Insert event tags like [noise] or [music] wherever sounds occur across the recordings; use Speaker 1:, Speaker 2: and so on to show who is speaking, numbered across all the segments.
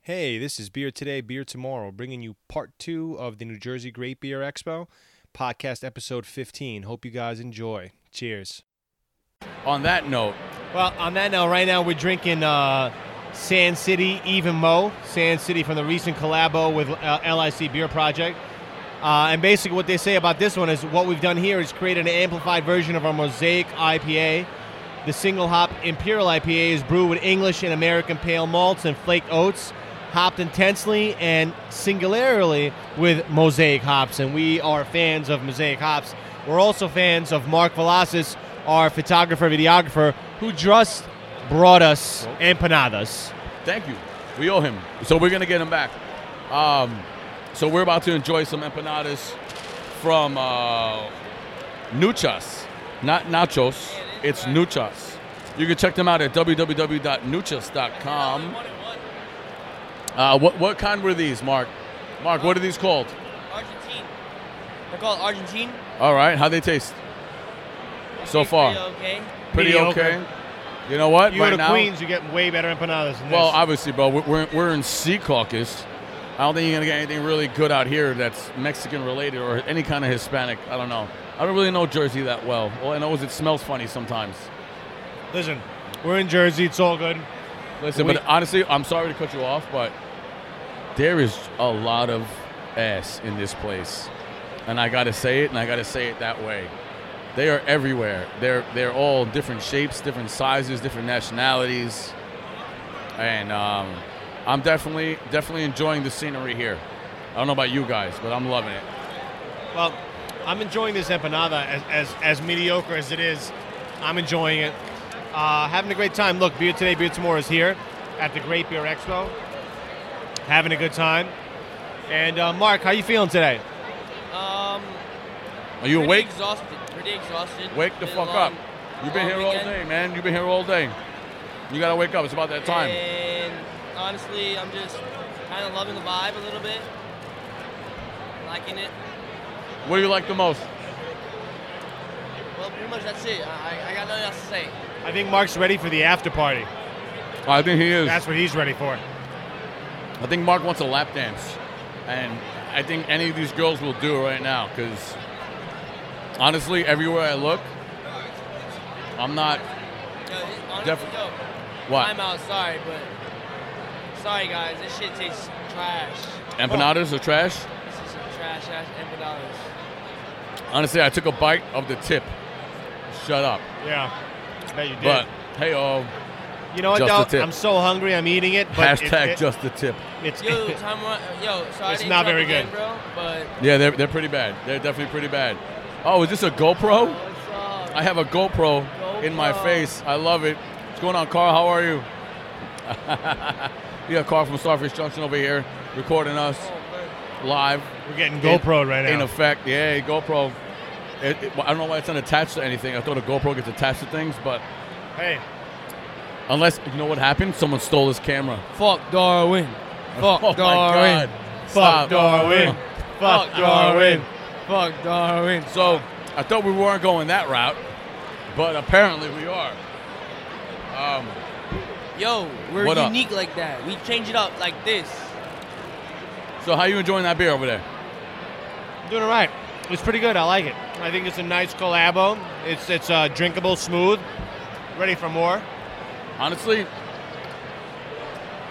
Speaker 1: Hey, this is Beer Today, Beer Tomorrow, bringing you part two of the New Jersey Great Beer Expo, podcast episode 15. Hope you guys enjoy. Cheers.
Speaker 2: On that note,
Speaker 3: Well, on that note, right now we're drinking uh, San City Even Mo. San City from the recent collabo with uh, LIC Beer Project. Uh, and basically, what they say about this one is what we've done here is create an amplified version of our Mosaic IPA. The single hop Imperial IPA is brewed with English and American pale malts and flaked oats, hopped intensely and singularly with Mosaic hops. And we are fans of Mosaic hops. We're also fans of Mark Velasquez, our photographer, videographer, who just brought us empanadas.
Speaker 2: thank you. We owe him. So we're going to get him back. Um, so we're about to enjoy some empanadas from uh, Nuchas, not Nachos. It's Nuchas. You can check them out at www.nuchas.com. Uh, what, what kind were these, Mark? Mark, what are these called?
Speaker 4: Argentine. They're called Argentine.
Speaker 2: All right, how they taste? So
Speaker 4: Tastes
Speaker 2: far,
Speaker 4: pretty okay.
Speaker 2: pretty
Speaker 3: Mediocre.
Speaker 2: okay. You know what?
Speaker 3: You
Speaker 2: right
Speaker 3: go to
Speaker 2: now,
Speaker 3: Queens, you get way better empanadas than
Speaker 2: Well,
Speaker 3: this.
Speaker 2: obviously, bro, we're, we're, we're in Sea Caucus. I don't think you're gonna get anything really good out here that's Mexican related or any kind of Hispanic. I don't know. I don't really know Jersey that well. All I know is it smells funny sometimes.
Speaker 3: Listen, we're in Jersey, it's all good.
Speaker 2: Listen,
Speaker 3: We-
Speaker 2: but honestly, I'm sorry to cut you off, but there is a lot of ass in this place, and I gotta say it, and I gotta say it that way. They are everywhere. They're they're all different shapes, different sizes, different nationalities, and um, I'm definitely definitely enjoying the scenery here. I don't know about you guys, but I'm loving it.
Speaker 3: Well, I'm enjoying this empanada as, as, as mediocre as it is. I'm enjoying it. Uh, having a great time. Look, Beer Today, Beer Tomorrow is here at the Great Beer Expo. Having a good time. And uh, Mark, how you feeling today?
Speaker 2: Are
Speaker 4: Um,
Speaker 2: you
Speaker 4: pretty
Speaker 2: awake?
Speaker 4: Exhausted. Pretty exhausted.
Speaker 2: Wake the
Speaker 4: Been a
Speaker 2: fuck up!
Speaker 4: long-
Speaker 2: You've been
Speaker 4: long
Speaker 2: here all
Speaker 4: weekend.
Speaker 2: day, man. You've been here all day. You gotta wake up. It's about that time.
Speaker 4: And honestly, I'm just kind of loving the vibe a little bit, liking it.
Speaker 2: What do you like the most?
Speaker 4: Well, pretty much that's it. I, I- I got nothing else to say.
Speaker 3: I think Mark's ready for the after party.
Speaker 2: [laughs] I think he is.
Speaker 3: That's what he's ready for.
Speaker 2: I think Mark wants a lap dance, and I think any of these girls will do it right now. Because honestly, everywhere I look, I'm not.
Speaker 4: Yo, it- honestly,
Speaker 2: Def-
Speaker 4: yo,
Speaker 2: What
Speaker 4: I'm out. Sorry, but sorry guys, this shit tastes trash.
Speaker 2: empanadas are trash?
Speaker 4: This is some trash ass empanadas.
Speaker 2: [laughs] Honestly, I took a bite of the tip. Shut up.
Speaker 3: Yeah. I bet you did.
Speaker 2: But hey, oh,
Speaker 3: you know what,
Speaker 2: just
Speaker 3: though?
Speaker 2: the tip.
Speaker 3: I'm so hungry, I'm eating it. But it-
Speaker 2: hashtag
Speaker 3: it-
Speaker 2: just the tip.
Speaker 3: it's,
Speaker 4: Yo, time run, yo, sorry.
Speaker 3: It's
Speaker 4: to
Speaker 3: not
Speaker 4: interrupt
Speaker 3: very
Speaker 4: again,
Speaker 3: good.
Speaker 4: bro. But
Speaker 2: Yeah, they're they're pretty bad. They're definitely pretty bad. Oh, is this a GoPro?
Speaker 4: what's up?
Speaker 2: I have a GoPro, in my
Speaker 4: GoPro.
Speaker 2: face. I love it. What's going on, Carl? How are you? [laughs] yeah, Carl from Starfish Junction over here, recording us
Speaker 4: Oh, man.
Speaker 2: live.
Speaker 3: [laughs] we're getting GoPro right
Speaker 2: In
Speaker 3: now.
Speaker 2: effect, yeah, GoPro. It, it- I don't know why it's not attached to anything. I thought a GoPro gets attached to things, but
Speaker 3: hey,
Speaker 2: unless you know what happened, someone stole his camera.
Speaker 4: Fuck Darwin.
Speaker 2: [laughs]
Speaker 4: Fuck
Speaker 2: oh my
Speaker 4: Darwin.
Speaker 2: God!
Speaker 3: fuck
Speaker 2: Stop. [laughs]
Speaker 3: Darwin. Fuck Darwin.
Speaker 4: Fuck Darwin.
Speaker 2: So I thought we weren't going that route, but apparently we are. Um,
Speaker 4: Yo, we're
Speaker 2: What up?
Speaker 4: unique like that. We change it up like this.
Speaker 2: so how you enjoying that beer over there?
Speaker 3: Doing all right. It's pretty good. I like it. I think it's a nice collabo. It's it's uh, drinkable, smooth. Ready for more?
Speaker 2: Honestly,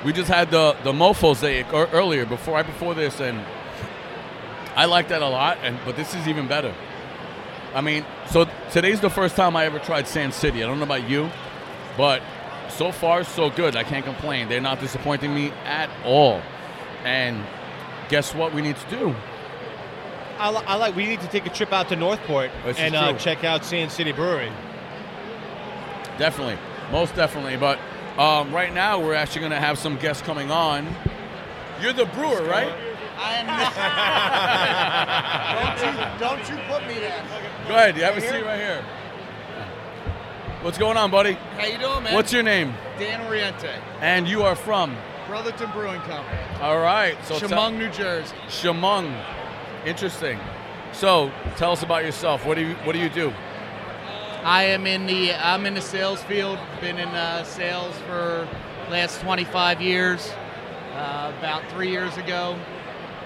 Speaker 2: we just had the the Mofosaic ear- earlier, before right before this, and I like that a lot. And but this is even better. I mean, so today's the first time I ever tried Sand City. I don't know about you, but so far so good. I can't complain. They're not disappointing me at all. And guess what? We need to do.
Speaker 3: I, li- I like. We need to take a trip out to Northport
Speaker 2: This is
Speaker 3: and uh,
Speaker 2: true.
Speaker 3: check out Sand City Brewery.
Speaker 2: Definitely, most definitely. But um, right now, we're actually going to have some guests coming on. You're the brewer, right?
Speaker 4: I am
Speaker 2: [laughs]
Speaker 4: not.
Speaker 5: Don't you put me there.
Speaker 2: Go ahead. You have a seat right here. What's going on, buddy?
Speaker 5: How you doing, man?
Speaker 2: What's your name?
Speaker 5: Dan Oriente,
Speaker 2: And you are from?
Speaker 5: Brotherton Brewing Company,
Speaker 2: All right. So tell-
Speaker 5: Chemung, New Jersey.
Speaker 2: Chemung. Interesting. So tell us about yourself. What do you What do you do?
Speaker 5: I am in the I'm in the sales field. Been in uh, sales for last 25 years. uh, about three years ago.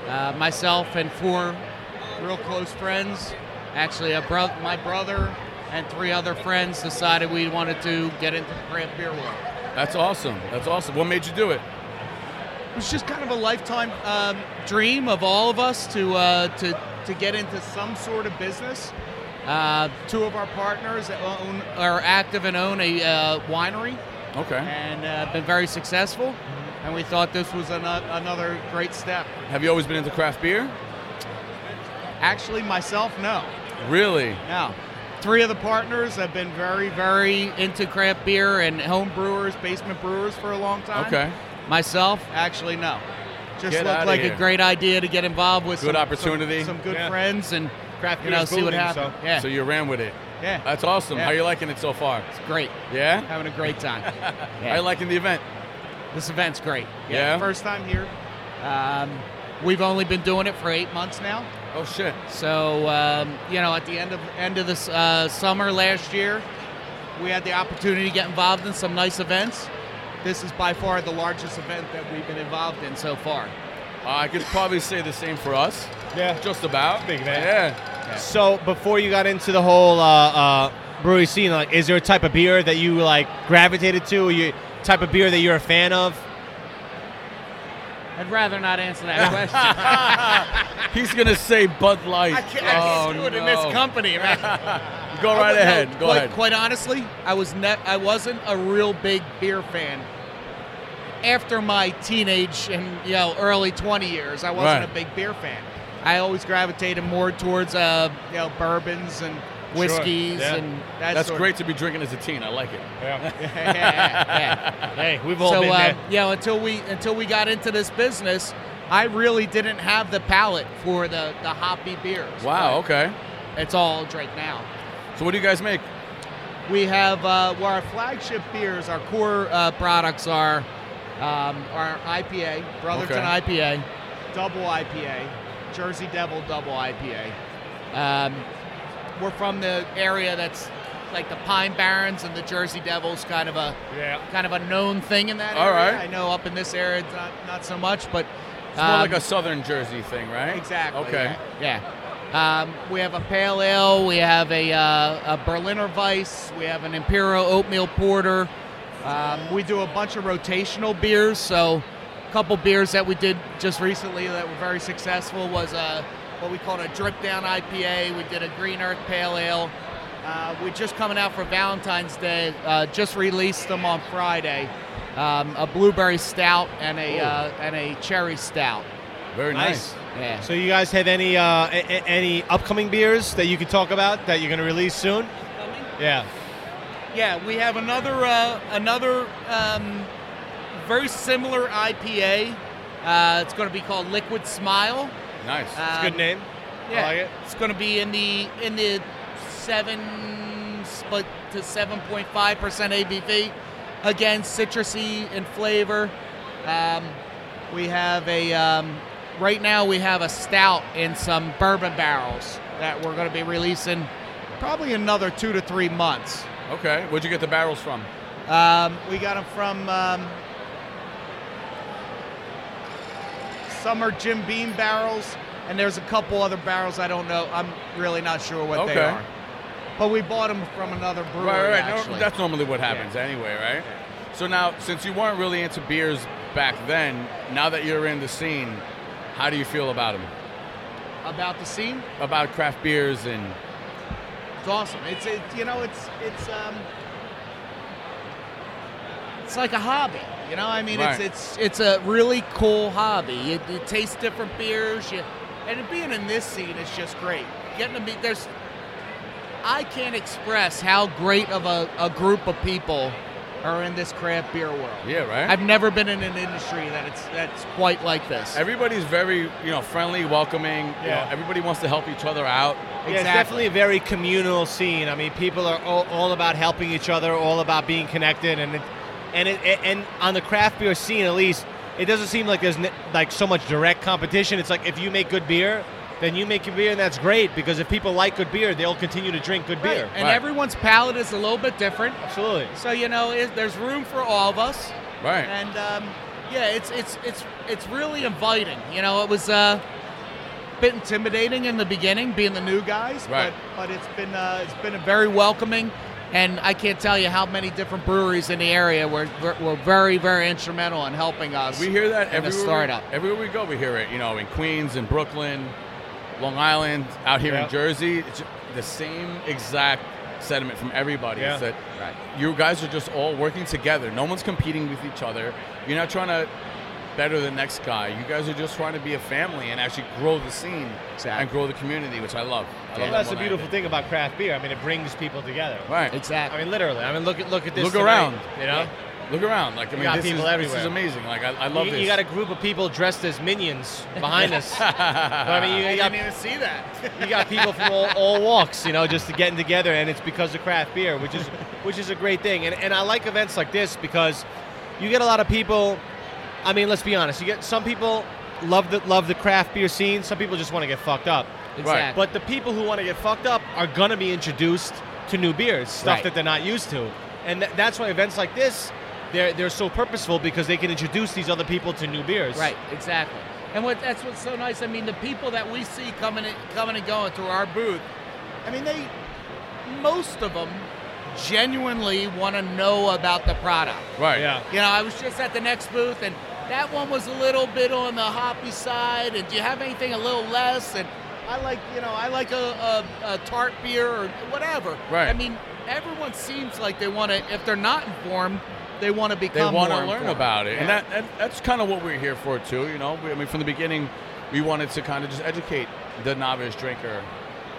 Speaker 5: Uh, myself and four real close friends, actually a bro- my brother and three other friends, decided we wanted to get into the craft beer world.
Speaker 2: That's awesome. That's awesome. What made you do it?
Speaker 5: It was just kind of a lifetime um, dream of all of us to uh, to to get into some sort of business. Uh, two of our partners that own are active and own a uh, winery
Speaker 2: Okay.
Speaker 5: and uh, been very successful. And we thought this was an, uh, another great step.
Speaker 2: Have you always been into craft beer?
Speaker 5: Actually, myself, no,
Speaker 2: Really?
Speaker 5: no. Three of the partners have been very, very into craft beer and home brewers, basement brewers for a long time.
Speaker 2: Okay.
Speaker 5: Myself, actually, no. Just
Speaker 2: Get outta
Speaker 5: looked like
Speaker 2: here.
Speaker 5: a great idea to get involved with
Speaker 2: Good
Speaker 5: some,
Speaker 2: opportunity.
Speaker 5: some, some good
Speaker 1: Yeah.
Speaker 5: friends and
Speaker 3: Craft
Speaker 5: you know
Speaker 3: beer's
Speaker 5: see what
Speaker 3: booming,
Speaker 5: happens.
Speaker 3: so-
Speaker 5: Yeah,
Speaker 2: So you ran with it.
Speaker 5: yeah,
Speaker 2: That's awesome.
Speaker 5: Yeah.
Speaker 2: How you liking it so far?
Speaker 5: it's great.
Speaker 2: Yeah?
Speaker 5: Having a
Speaker 2: [laughs]
Speaker 5: great time.
Speaker 2: How you liking the event?
Speaker 5: This event's great.
Speaker 2: Yeah?
Speaker 5: first time here. Um, we've only been doing it for eight months now.
Speaker 2: Oh shit.
Speaker 5: So um, you know, at the end of end of this uh, summer last year, we had the opportunity to get involved in some nice events. This is by far the largest event that we've been involved in so far.
Speaker 2: Uh, I could probably say the same for us.
Speaker 3: Yeah.
Speaker 2: Just about.
Speaker 3: Big event.
Speaker 2: Yeah.
Speaker 3: So before you got into the whole uh, uh, brewery scene, like, is there a type of beer that you like gravitated to? Or you type of beer that you're a fan of?
Speaker 5: I'd rather not answer [laughs] that question.
Speaker 2: He's gonna say Bud Light.
Speaker 5: I can't, I can't
Speaker 2: Oh,
Speaker 5: do it in this
Speaker 2: no. [laughs]
Speaker 5: company, man.
Speaker 2: Go
Speaker 5: I
Speaker 2: right
Speaker 5: wouldn't
Speaker 2: ahead.
Speaker 5: know.
Speaker 2: Go
Speaker 5: quite,
Speaker 2: ahead.
Speaker 5: Quite honestly, I was ne- I wasn't a real big beer fan. After my teenage and you know early 20 years, I wasn't
Speaker 2: Right.
Speaker 5: a big beer fan. I always gravitated more towards uh, you know bourbons and whiskeys
Speaker 1: Yeah.
Speaker 5: and that
Speaker 2: That's
Speaker 5: sort
Speaker 2: great to be drinking as a teen. I like it.
Speaker 1: Yeah.
Speaker 5: Of, yeah,
Speaker 2: [laughs]
Speaker 5: yeah.
Speaker 3: [laughs] Hey, we've all
Speaker 5: So
Speaker 3: been
Speaker 5: uh,
Speaker 3: there.
Speaker 5: you know until we until we got into this business, I really didn't have the palate for the the hoppy beers.
Speaker 2: Wow. Okay.
Speaker 5: But it's all Drake now.
Speaker 2: So what do you guys make?
Speaker 5: We have uh, where our flagship beers, our core uh, products are um, our IPA, Brotherton
Speaker 2: Okay.
Speaker 5: IPA, double IPA, Jersey Devil double IPA. Um, we're from the area that's like the Pine Barrens and the Jersey Devils, kind of a
Speaker 1: Yeah.
Speaker 5: kind of a known thing in that
Speaker 2: All
Speaker 5: area.
Speaker 2: right.
Speaker 5: I know up in this area, it's not, not so much, but
Speaker 2: It's more
Speaker 5: um,
Speaker 2: like a Southern Jersey thing, right?
Speaker 5: Exactly.
Speaker 2: Okay.
Speaker 5: Yeah. yeah. Um, we have a pale ale. We have a, uh, a Berliner Weiss. We have an Imperial oatmeal porter. Um, we do a bunch of rotational beers. So, a couple beers that we did just recently that were very successful was a what we called a drip down IPA. We did a Green Earth Pale Ale. Uh, we're just coming out for Valentine's Day. Uh, just released them on Friday. Um, a blueberry stout and a uh, and a cherry stout.
Speaker 2: Very nice.
Speaker 5: Yeah.
Speaker 3: So you guys have any uh, a- a- any upcoming beers that you can talk about that you're going to release soon? Yeah.
Speaker 5: Yeah, we have another uh, another um, very similar IPA. Uh, it's going to be called Liquid Smile.
Speaker 2: Nice.
Speaker 3: It's a
Speaker 5: Um,
Speaker 3: good name.
Speaker 5: Yeah,
Speaker 3: I like it.
Speaker 5: it's going to be in the in the seven split to seven point five percent ABV. Again, citrusy in flavor. Um, we have a um, right now we have a stout in some bourbon barrels that we're going to be releasing probably another two to three months.
Speaker 2: okay. Where'd you get the barrels from?
Speaker 5: Um, we got them from um, Summer Jim Beam barrels, and there's a couple other barrels I don't know. I'm really not sure what they
Speaker 2: Okay.
Speaker 5: are. But we bought them from another brewery.
Speaker 2: right, right.
Speaker 5: Actually.
Speaker 2: No, that's normally what happens anyway, right? So now, since you weren't really into beers back then, now that you're in the scene, how do you feel about them?
Speaker 5: About the scene.
Speaker 2: About craft beers and
Speaker 5: It's awesome. It's it, you know it's it's um it's like a hobby. You know, I mean,
Speaker 2: Right.
Speaker 5: it's it's it's a really cool hobby. You, you taste different beers. You and being in this scene is just great. Getting to be there's I can't express how great of a, a group of people are in this craft beer world.
Speaker 2: yeah, right.
Speaker 5: I've never been in an industry that it's that's quite like this.
Speaker 2: Everybody's very you know friendly, welcoming. Yeah.
Speaker 3: Yeah.
Speaker 2: everybody wants to help each other out.
Speaker 3: Yeah, it's definitely a very communal scene. I mean, people are all, all about helping each other, all about being connected, and it, and it, and on the craft beer scene, at least, it doesn't seem like there's n- like so much direct competition. It's like if you make good beer, then you make your beer, and that's great because if people like good beer, they'll continue to drink good
Speaker 5: Right.
Speaker 3: beer.
Speaker 5: and
Speaker 2: Right.
Speaker 5: everyone's palate is a little bit different.
Speaker 3: Absolutely.
Speaker 5: So you know, it, there's room for all of us.
Speaker 2: Right.
Speaker 5: And um, yeah, it's it's it's it's really inviting. You know, it was uh, a bit intimidating in the beginning, being the new guys,
Speaker 2: Right.
Speaker 5: but but it's been uh, it's been a very welcoming. And I can't tell you how many different breweries in the area were were, were very very instrumental in helping us.
Speaker 2: We hear that
Speaker 5: in the
Speaker 2: everywhere.
Speaker 5: startup.
Speaker 2: We, everywhere we go, we hear it. You know, in Queens, in Brooklyn, Long Island, out here
Speaker 1: Yeah.
Speaker 2: in Jersey, it's ju- the same exact sentiment from everybody
Speaker 1: Yeah.
Speaker 2: is that you guys are just all working together. No one's competing with each other. You're not trying to better the next guy. You guys are just trying to be a family and actually grow the scene
Speaker 5: Exactly.
Speaker 2: and grow the community, which I love. I love
Speaker 3: Well, that's
Speaker 2: that
Speaker 3: the
Speaker 2: when I
Speaker 3: beautiful
Speaker 2: did.
Speaker 3: thing about craft beer. I mean, it brings people together.
Speaker 2: Right.
Speaker 5: exactly.
Speaker 3: I mean, literally. I mean, look at look at this.
Speaker 2: Look
Speaker 3: tonight,
Speaker 2: around.
Speaker 3: You know,
Speaker 2: Look around. Like I mean,
Speaker 3: got
Speaker 2: this
Speaker 3: people
Speaker 2: is,
Speaker 3: everywhere.
Speaker 2: This is amazing. Like I, I love
Speaker 3: you,
Speaker 2: this.
Speaker 3: you got a group of people dressed as minions behind us. I mean, you- you got-
Speaker 2: even see
Speaker 5: [laughs]
Speaker 2: that.
Speaker 3: You got people from all, all walks, you know, just to getting together, and it's because of craft beer, which is which is a great thing. And and I like events like this because you get a lot of people. I mean, let's be honest. You get some people love the love the craft beer scene. Some people just want to get fucked up.
Speaker 5: Exactly.
Speaker 3: But the people who want to get fucked up are gonna be introduced to new beers, stuff
Speaker 5: Right.
Speaker 3: that they're not used to, and th- that's why events like this. They're, they're so purposeful because they can introduce these other people to new beers.
Speaker 5: Right, exactly. And what that's what's so nice. I mean, the people that we see coming and, coming and going through our booth, I mean, they most of them genuinely want to know about the product.
Speaker 2: Right.
Speaker 3: Yeah.
Speaker 5: You know, I was just at the next booth, and that one was a little bit on the hoppy side. And do you have anything a little less? And I like, you know, I like a, a, a tart beer or whatever.
Speaker 2: Right.
Speaker 5: I mean, everyone seems like they want to. If they're not informed, they want to
Speaker 2: they
Speaker 5: become.
Speaker 2: want to
Speaker 5: more
Speaker 2: learn
Speaker 5: informed.
Speaker 2: about it, and
Speaker 5: Yeah.
Speaker 2: that, that that's kind of what we're here for too. You know, we, I mean, from the beginning, we wanted to kind of just educate the novice drinker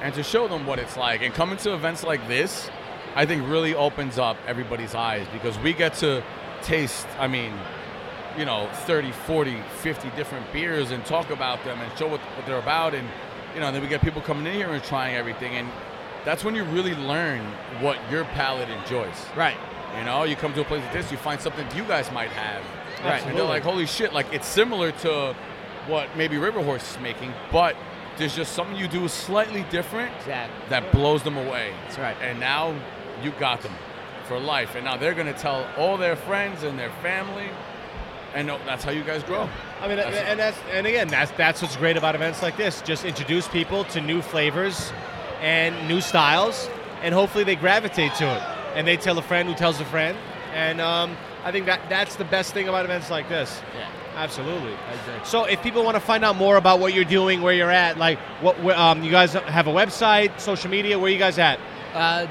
Speaker 2: and to show them what it's like. And coming to events like this, I think really opens up everybody's eyes because we get to taste. I mean. You know, 30, 40, 50 different beers and talk about them and show what, what they're about. And, you know, then we get people coming in here and trying everything. And that's when you really learn what your palate enjoys.
Speaker 5: right.
Speaker 2: You know, you come to a place like this, you find something you guys might have.
Speaker 3: Right.
Speaker 2: And they're like, holy shit, like it's similar to what maybe River Horse is making, but there's just something you do slightly different
Speaker 5: Exactly.
Speaker 2: that blows them away.
Speaker 5: That's right.
Speaker 2: And now you got them for life. And now they're going to tell all their friends and their family. And no, that's how you guys grow.
Speaker 3: I mean,
Speaker 2: That's-
Speaker 3: and that's and again, that's that's what's great about events like this. Just introduce people to new flavors and new styles, and hopefully they gravitate to it. And they tell a friend who tells a friend, and um, I think that that's the best thing about events like this.
Speaker 5: Yeah.
Speaker 3: Absolutely.
Speaker 5: agree.
Speaker 3: So, if people want to find out more about what you're doing, where you're at, like what where, um, you guys have a website, social media, where you guys at?
Speaker 5: Uh,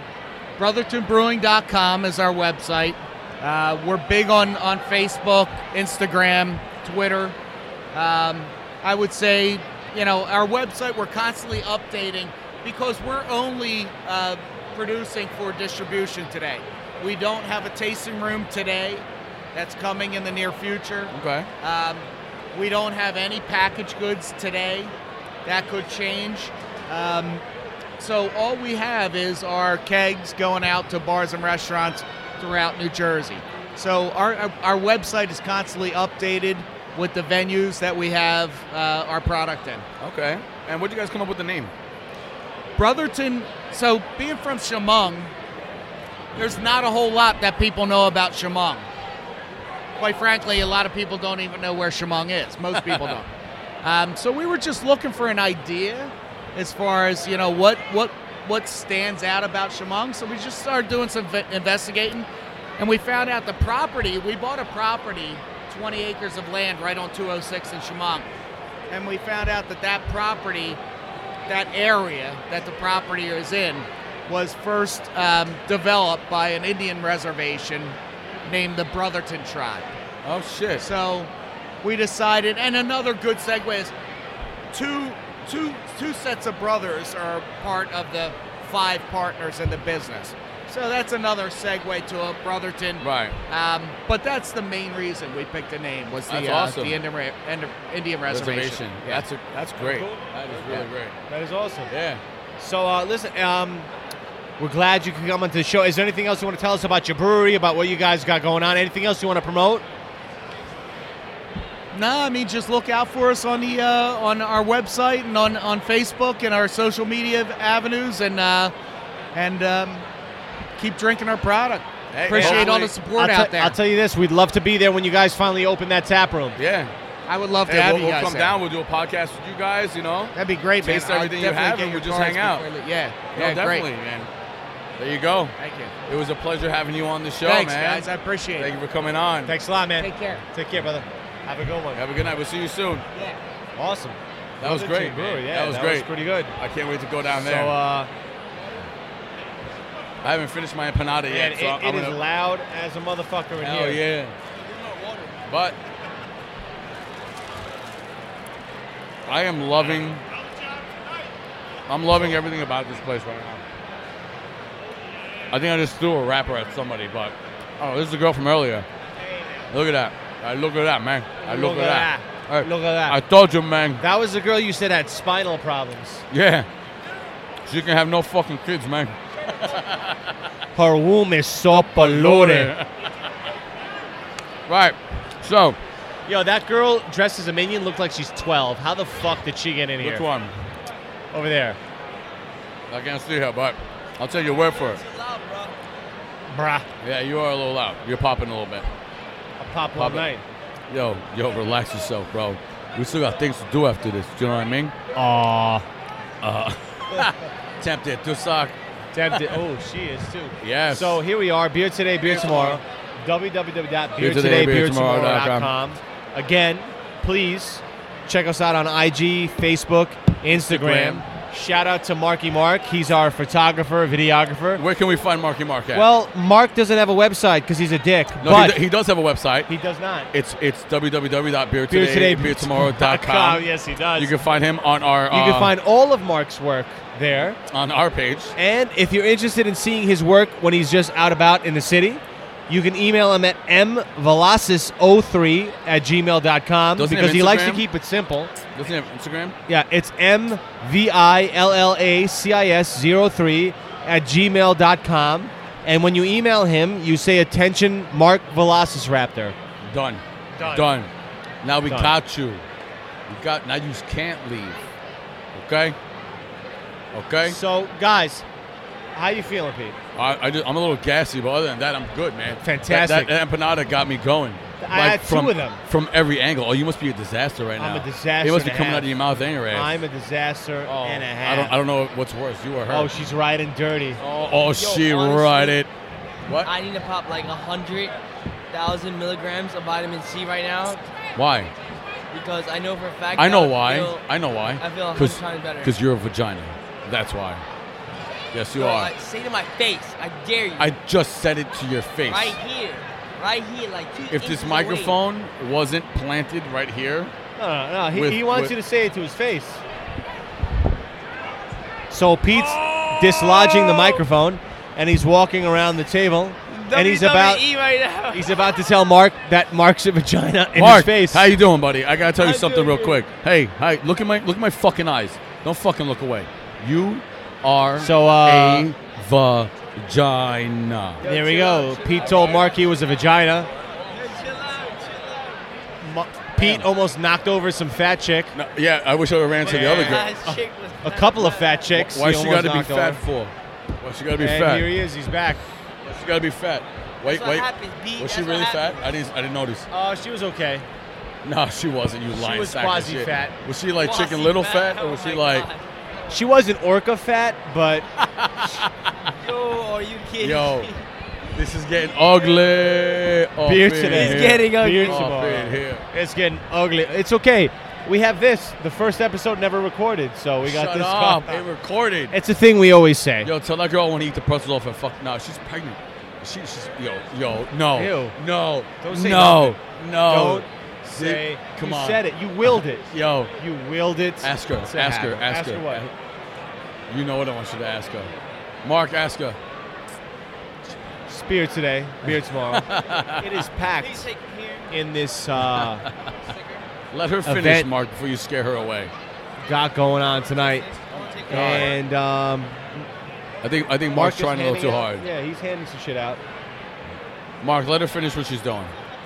Speaker 5: brothertonbrewing.com is our website. Uh, we're big on, on Facebook, Instagram, Twitter. Um, I would say, you know, our website we're constantly updating because we're only uh, producing for distribution today. We don't have a tasting room today. That's coming in the near future.
Speaker 2: Okay.
Speaker 5: Um, we don't have any packaged goods today. That could change. Um, so all we have is our kegs going out to bars and restaurants throughout New Jersey. So our, our, our website is constantly updated with the venues that we have uh, our product in.
Speaker 2: Okay. And where'd you guys come up with the name?
Speaker 5: Brotherton, so being from Chemung, there's not a whole lot that people know about Chemung. Quite frankly, a lot of people don't even know where Chemung is. Most people don't. Um, so we were just looking for an idea as far as you know what what what stands out about Chemung. So we just started doing some ve- investigating, and we found out the property. We bought a property, 20 acres of land right on 206 in Chemung, and we found out that that property that area that the property is in was first um, developed by an Indian reservation named the Brotherton Tribe.
Speaker 2: Oh, shit.
Speaker 5: So we decided, and another good segue is two, two, two sets of brothers are part of the five partners in the business. So that's another segue to a Brotherton.
Speaker 2: Right.
Speaker 5: Um, but that's the main reason we picked a name was the,
Speaker 2: That's
Speaker 5: uh,
Speaker 2: awesome.
Speaker 5: the Indian, re- Indian- Indian reservation. Yeah.
Speaker 2: That's, a, that's great.
Speaker 3: Cool.
Speaker 2: That is really great.
Speaker 3: That is awesome.
Speaker 2: Yeah.
Speaker 3: So, uh, listen, um, we're glad you could come onto the show. Is there anything else you want to tell us about your brewery, about what you guys got going on? Anything else you want to promote?
Speaker 5: No, I mean just look out for us on the uh, on our website and on, on Facebook and our social media avenues, and uh, and um, keep drinking our product.
Speaker 2: Hey,
Speaker 5: Appreciate all
Speaker 2: hopefully-
Speaker 5: the support
Speaker 3: I'll
Speaker 5: out
Speaker 3: te-
Speaker 5: there.
Speaker 3: I'll tell you this: we'd love to be there when you guys finally open that tap room.
Speaker 2: Yeah.
Speaker 5: I would love to
Speaker 2: Hey,
Speaker 5: have
Speaker 2: we'll,
Speaker 5: you
Speaker 2: we'll
Speaker 5: guys
Speaker 2: come
Speaker 5: there.
Speaker 2: down. We'll do a podcast with you guys. You know,
Speaker 5: That'd be great,
Speaker 2: Taste
Speaker 5: man. I'll
Speaker 2: everything you
Speaker 5: definitely
Speaker 2: have
Speaker 5: get
Speaker 2: and
Speaker 5: your
Speaker 2: we'll just
Speaker 5: cards
Speaker 2: hang out.
Speaker 5: before I leave. Yeah,
Speaker 2: no,
Speaker 5: yeah, great.
Speaker 2: definitely, man. There you go.
Speaker 5: Thank you.
Speaker 2: It was a pleasure having you on the show,
Speaker 5: Thanks,
Speaker 2: man.
Speaker 5: guys. I appreciate
Speaker 2: Thank
Speaker 5: it.
Speaker 2: you for coming on.
Speaker 3: Thanks a lot, man.
Speaker 5: Take care.
Speaker 3: Take care, brother. Have a good one.
Speaker 2: Have a good night. We'll see you soon.
Speaker 5: Yeah.
Speaker 3: Awesome.
Speaker 2: That was
Speaker 3: Another
Speaker 2: great.
Speaker 3: team brewer,
Speaker 2: man.
Speaker 3: Yeah,
Speaker 2: that was great.
Speaker 3: pretty good.
Speaker 2: I can't wait to go down there.
Speaker 3: So, uh,
Speaker 2: I haven't finished my empanada
Speaker 3: man,
Speaker 2: yet, so
Speaker 3: it,
Speaker 2: I'm
Speaker 3: it is
Speaker 2: gonna.
Speaker 3: loud as a motherfucker in
Speaker 2: hell
Speaker 3: here.
Speaker 2: yeah! But I am loving. I'm loving everything about this place right now. I think I just threw a wrapper at somebody, but oh, this is a girl from earlier. Look at that! I look at that, man! I look, at that! I-
Speaker 3: Look at that.
Speaker 2: I told you, man.
Speaker 3: that was the girl you said had spinal problems.
Speaker 2: Yeah. She can have no fucking kids, man.
Speaker 3: Her womb is so polluted.
Speaker 2: [laughs] right. So,
Speaker 3: Yo, that girl dressed as a minion looked like she's 12. How the fuck did she get in here?
Speaker 2: which one?
Speaker 3: Over there.
Speaker 2: I can't see her, but I'll take your word for it.
Speaker 4: loud, bro.
Speaker 3: Bruh.
Speaker 2: Yeah, you are a little loud. You're popping a little bit.
Speaker 3: A pop all
Speaker 2: Pop it.
Speaker 3: night.
Speaker 2: Yo, yo, relax yourself, bro. We still got things to do after this. Do you know what I mean? Uh,
Speaker 3: Aw.
Speaker 2: [laughs] Tempted to suck.
Speaker 3: [laughs] Tempted. Oh, she is too.
Speaker 2: Yes.
Speaker 3: So here we are, beer today, beer tomorrow. www.beertodaybeertomorrow.com. Again, please check us out on IG, Facebook, Instagram. Shout out to Marky Mark. He's our photographer, videographer.
Speaker 2: where can we find Marky Mark at?
Speaker 3: Well, Mark doesn't have a website because he's a dick,
Speaker 2: no,
Speaker 3: but
Speaker 2: he, d- he does have a website.
Speaker 3: he does not.
Speaker 2: It's it's
Speaker 3: Com,
Speaker 2: www.beertodaybeertomorrow.com.
Speaker 3: Yes, he does.
Speaker 2: You can find him on our
Speaker 3: You
Speaker 2: uh,
Speaker 3: can find all of Mark's work there.
Speaker 2: on our page.
Speaker 3: And if you're interested in seeing his work when he's just out about in the city, you can email him at mvelasis03 at gmail.com
Speaker 2: Doesn't he have
Speaker 3: because he likes to
Speaker 2: Instagram?
Speaker 3: keep it simple.
Speaker 2: Doesn't he have Instagram?
Speaker 3: Yeah, it's M-V-I-L-L-A-C-I-S-03 at gmail.com. And when you email him, you say, attention, Mark Velasis Raptor.
Speaker 2: Done.
Speaker 3: Done.
Speaker 2: Now we
Speaker 3: Done.
Speaker 2: got you. We got now you can't leave. Okay? Okay?
Speaker 3: So, guys, how you feeling, Pete?
Speaker 2: I, I just, I'm a little gassy, but other than that, I'm good, man.
Speaker 3: Fantastic.
Speaker 2: That, that, that empanada got me going.
Speaker 3: I had two
Speaker 2: from,
Speaker 3: of them.
Speaker 2: From every angle. Oh, you must be a disaster right
Speaker 3: I'm
Speaker 2: now.
Speaker 3: a disaster
Speaker 2: It must be
Speaker 3: and a
Speaker 2: coming
Speaker 3: half.
Speaker 2: out of your mouth anyway.
Speaker 3: I'm a disaster
Speaker 2: oh,
Speaker 3: and a
Speaker 2: I don't,
Speaker 3: half.
Speaker 2: I don't know what's worse, you or her.
Speaker 3: oh, she's riding dirty.
Speaker 2: oh, oh, she
Speaker 4: honestly,
Speaker 2: right it. What?
Speaker 4: I need to pop like a hundred thousand milligrams of vitamin C right now
Speaker 2: why?
Speaker 4: because I know for a fact.
Speaker 2: I know
Speaker 4: that would
Speaker 2: why.
Speaker 4: feel-
Speaker 2: I know why.
Speaker 4: I feel a
Speaker 2: Cause-
Speaker 4: hundred times better.
Speaker 2: Because you're a vagina. That's why. Yes, you
Speaker 4: So,
Speaker 2: are.
Speaker 4: like, say to my face, I dare you.
Speaker 2: I just said it to your face.
Speaker 4: right here, right here, like two.
Speaker 2: If this
Speaker 4: inches away.
Speaker 2: microphone wasn't planted right here,
Speaker 3: No, no, no. He,
Speaker 2: With-
Speaker 3: he wants
Speaker 2: with-
Speaker 3: you to say it to his face. So Pete's dislodging the microphone, and he's walking around the table, and he's
Speaker 4: WWE
Speaker 3: about
Speaker 4: E right now.
Speaker 3: he's about to tell Mark that Mark's a vagina in
Speaker 2: Mark,
Speaker 3: his face.
Speaker 2: how you doing, buddy? I gotta tell you
Speaker 4: I'm
Speaker 2: something
Speaker 4: doing
Speaker 2: real
Speaker 4: good.
Speaker 2: quick. Hey, hi, look at my look at my fucking eyes. Don't fucking look away. You are
Speaker 3: So, uh,
Speaker 2: a vagina.
Speaker 3: there we go. Pete told Mark he was a vagina. Ma- Pete almost knocked over some fat chick,
Speaker 2: No, yeah, I wish I would ran to the other girl.
Speaker 4: That chick was
Speaker 3: a
Speaker 4: not
Speaker 3: couple of fat
Speaker 4: bad.
Speaker 3: chicks.
Speaker 2: Why
Speaker 3: he
Speaker 2: she
Speaker 3: almost
Speaker 2: gotta be
Speaker 3: knocked
Speaker 2: fat
Speaker 3: over.
Speaker 2: for? Why she gotta be
Speaker 3: And here
Speaker 2: fat?
Speaker 3: he is. He's back.
Speaker 2: Why she gotta be fat? Wait,
Speaker 4: That's what
Speaker 2: wait.
Speaker 4: happens, B.
Speaker 2: Was she
Speaker 4: That's what
Speaker 2: really fat?
Speaker 4: happens.
Speaker 2: I didn't. I didn't notice.
Speaker 3: Oh, she was okay.
Speaker 2: No, she wasn't. You lying
Speaker 3: was
Speaker 2: sack of shit.
Speaker 3: quasi-fat.
Speaker 2: Was she like Chicken
Speaker 4: Quasi
Speaker 2: Little
Speaker 4: fat.
Speaker 2: fat, or was
Speaker 4: Oh
Speaker 2: she
Speaker 4: my
Speaker 2: like?
Speaker 4: God.
Speaker 3: She wasn't orca fat, but
Speaker 4: Yo, are you kidding?
Speaker 2: Yo,
Speaker 4: me? [laughs]
Speaker 2: this is getting ugly. Oh, Up
Speaker 3: Beer
Speaker 2: in
Speaker 3: today.
Speaker 2: here.
Speaker 4: It's getting ugly.
Speaker 3: Beer
Speaker 4: Up
Speaker 2: Up
Speaker 3: tomorrow.
Speaker 2: in here.
Speaker 3: It's getting ugly. It's okay. We have this. The first episode never recorded, so we got
Speaker 2: Shut
Speaker 3: this.
Speaker 2: up.
Speaker 3: going.
Speaker 2: It recorded.
Speaker 3: It's a thing we always say.
Speaker 2: Yo, tell that girl I want to eat the pretzels off her. Fuck, no, she's pregnant. She, she's yo, yo, no,
Speaker 3: Ew.
Speaker 2: no,
Speaker 3: Don't say
Speaker 2: no, no.
Speaker 3: Don't
Speaker 2: Sit-
Speaker 3: say.
Speaker 2: come
Speaker 3: you
Speaker 2: on.
Speaker 3: said it. You willed it.
Speaker 2: Yo,
Speaker 3: You willed it.
Speaker 2: ask her,
Speaker 3: to
Speaker 2: ask her,
Speaker 3: happen.
Speaker 2: ask her.
Speaker 3: what?
Speaker 2: You know what I want you to ask her. Mark, ask her.
Speaker 3: Spear today, beer tomorrow.
Speaker 2: [laughs]
Speaker 3: it is
Speaker 4: Please
Speaker 3: packed
Speaker 4: take it here.
Speaker 3: in this uh,
Speaker 2: Let her finish,
Speaker 3: Event.
Speaker 2: Mark, before you scare her away.
Speaker 3: got going on tonight,
Speaker 4: I'll take it.
Speaker 3: and um,
Speaker 2: I think I think
Speaker 3: Mark
Speaker 2: Mark's
Speaker 3: is
Speaker 2: trying a
Speaker 3: handing
Speaker 2: little too
Speaker 3: out-
Speaker 2: hard.
Speaker 3: Yeah, he's handing some shit out.
Speaker 2: Mark, let her finish what she's doing.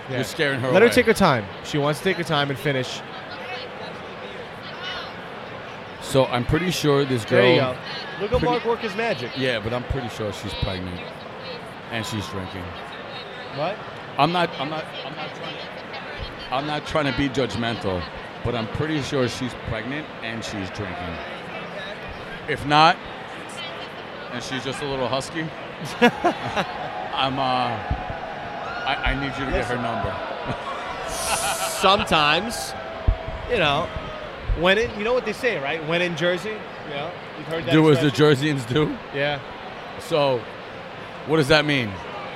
Speaker 3: Yeah.
Speaker 2: You're scaring her
Speaker 3: Let
Speaker 2: away.
Speaker 3: her take her time. She wants to take her time and finish.
Speaker 2: So I'm pretty sure this girl.
Speaker 3: There you go. Look at
Speaker 2: Pretty-
Speaker 3: Mark work his magic.
Speaker 2: Yeah, but I'm pretty sure she's pregnant, and she's drinking.
Speaker 3: What?
Speaker 2: I'm not. I'm not. I'm not trying. To, I'm not trying to be judgmental, but I'm pretty sure she's pregnant and she's drinking. If not, and she's just a little husky, [laughs] I'm. Uh, I, I need you to get her number.
Speaker 3: Sometimes, you know, when in, you know what they say, right? When in Jersey, yeah, you've heard that.
Speaker 2: Do as the
Speaker 3: expression?
Speaker 2: Jerseyans do.
Speaker 3: yeah.
Speaker 2: So, what does that mean?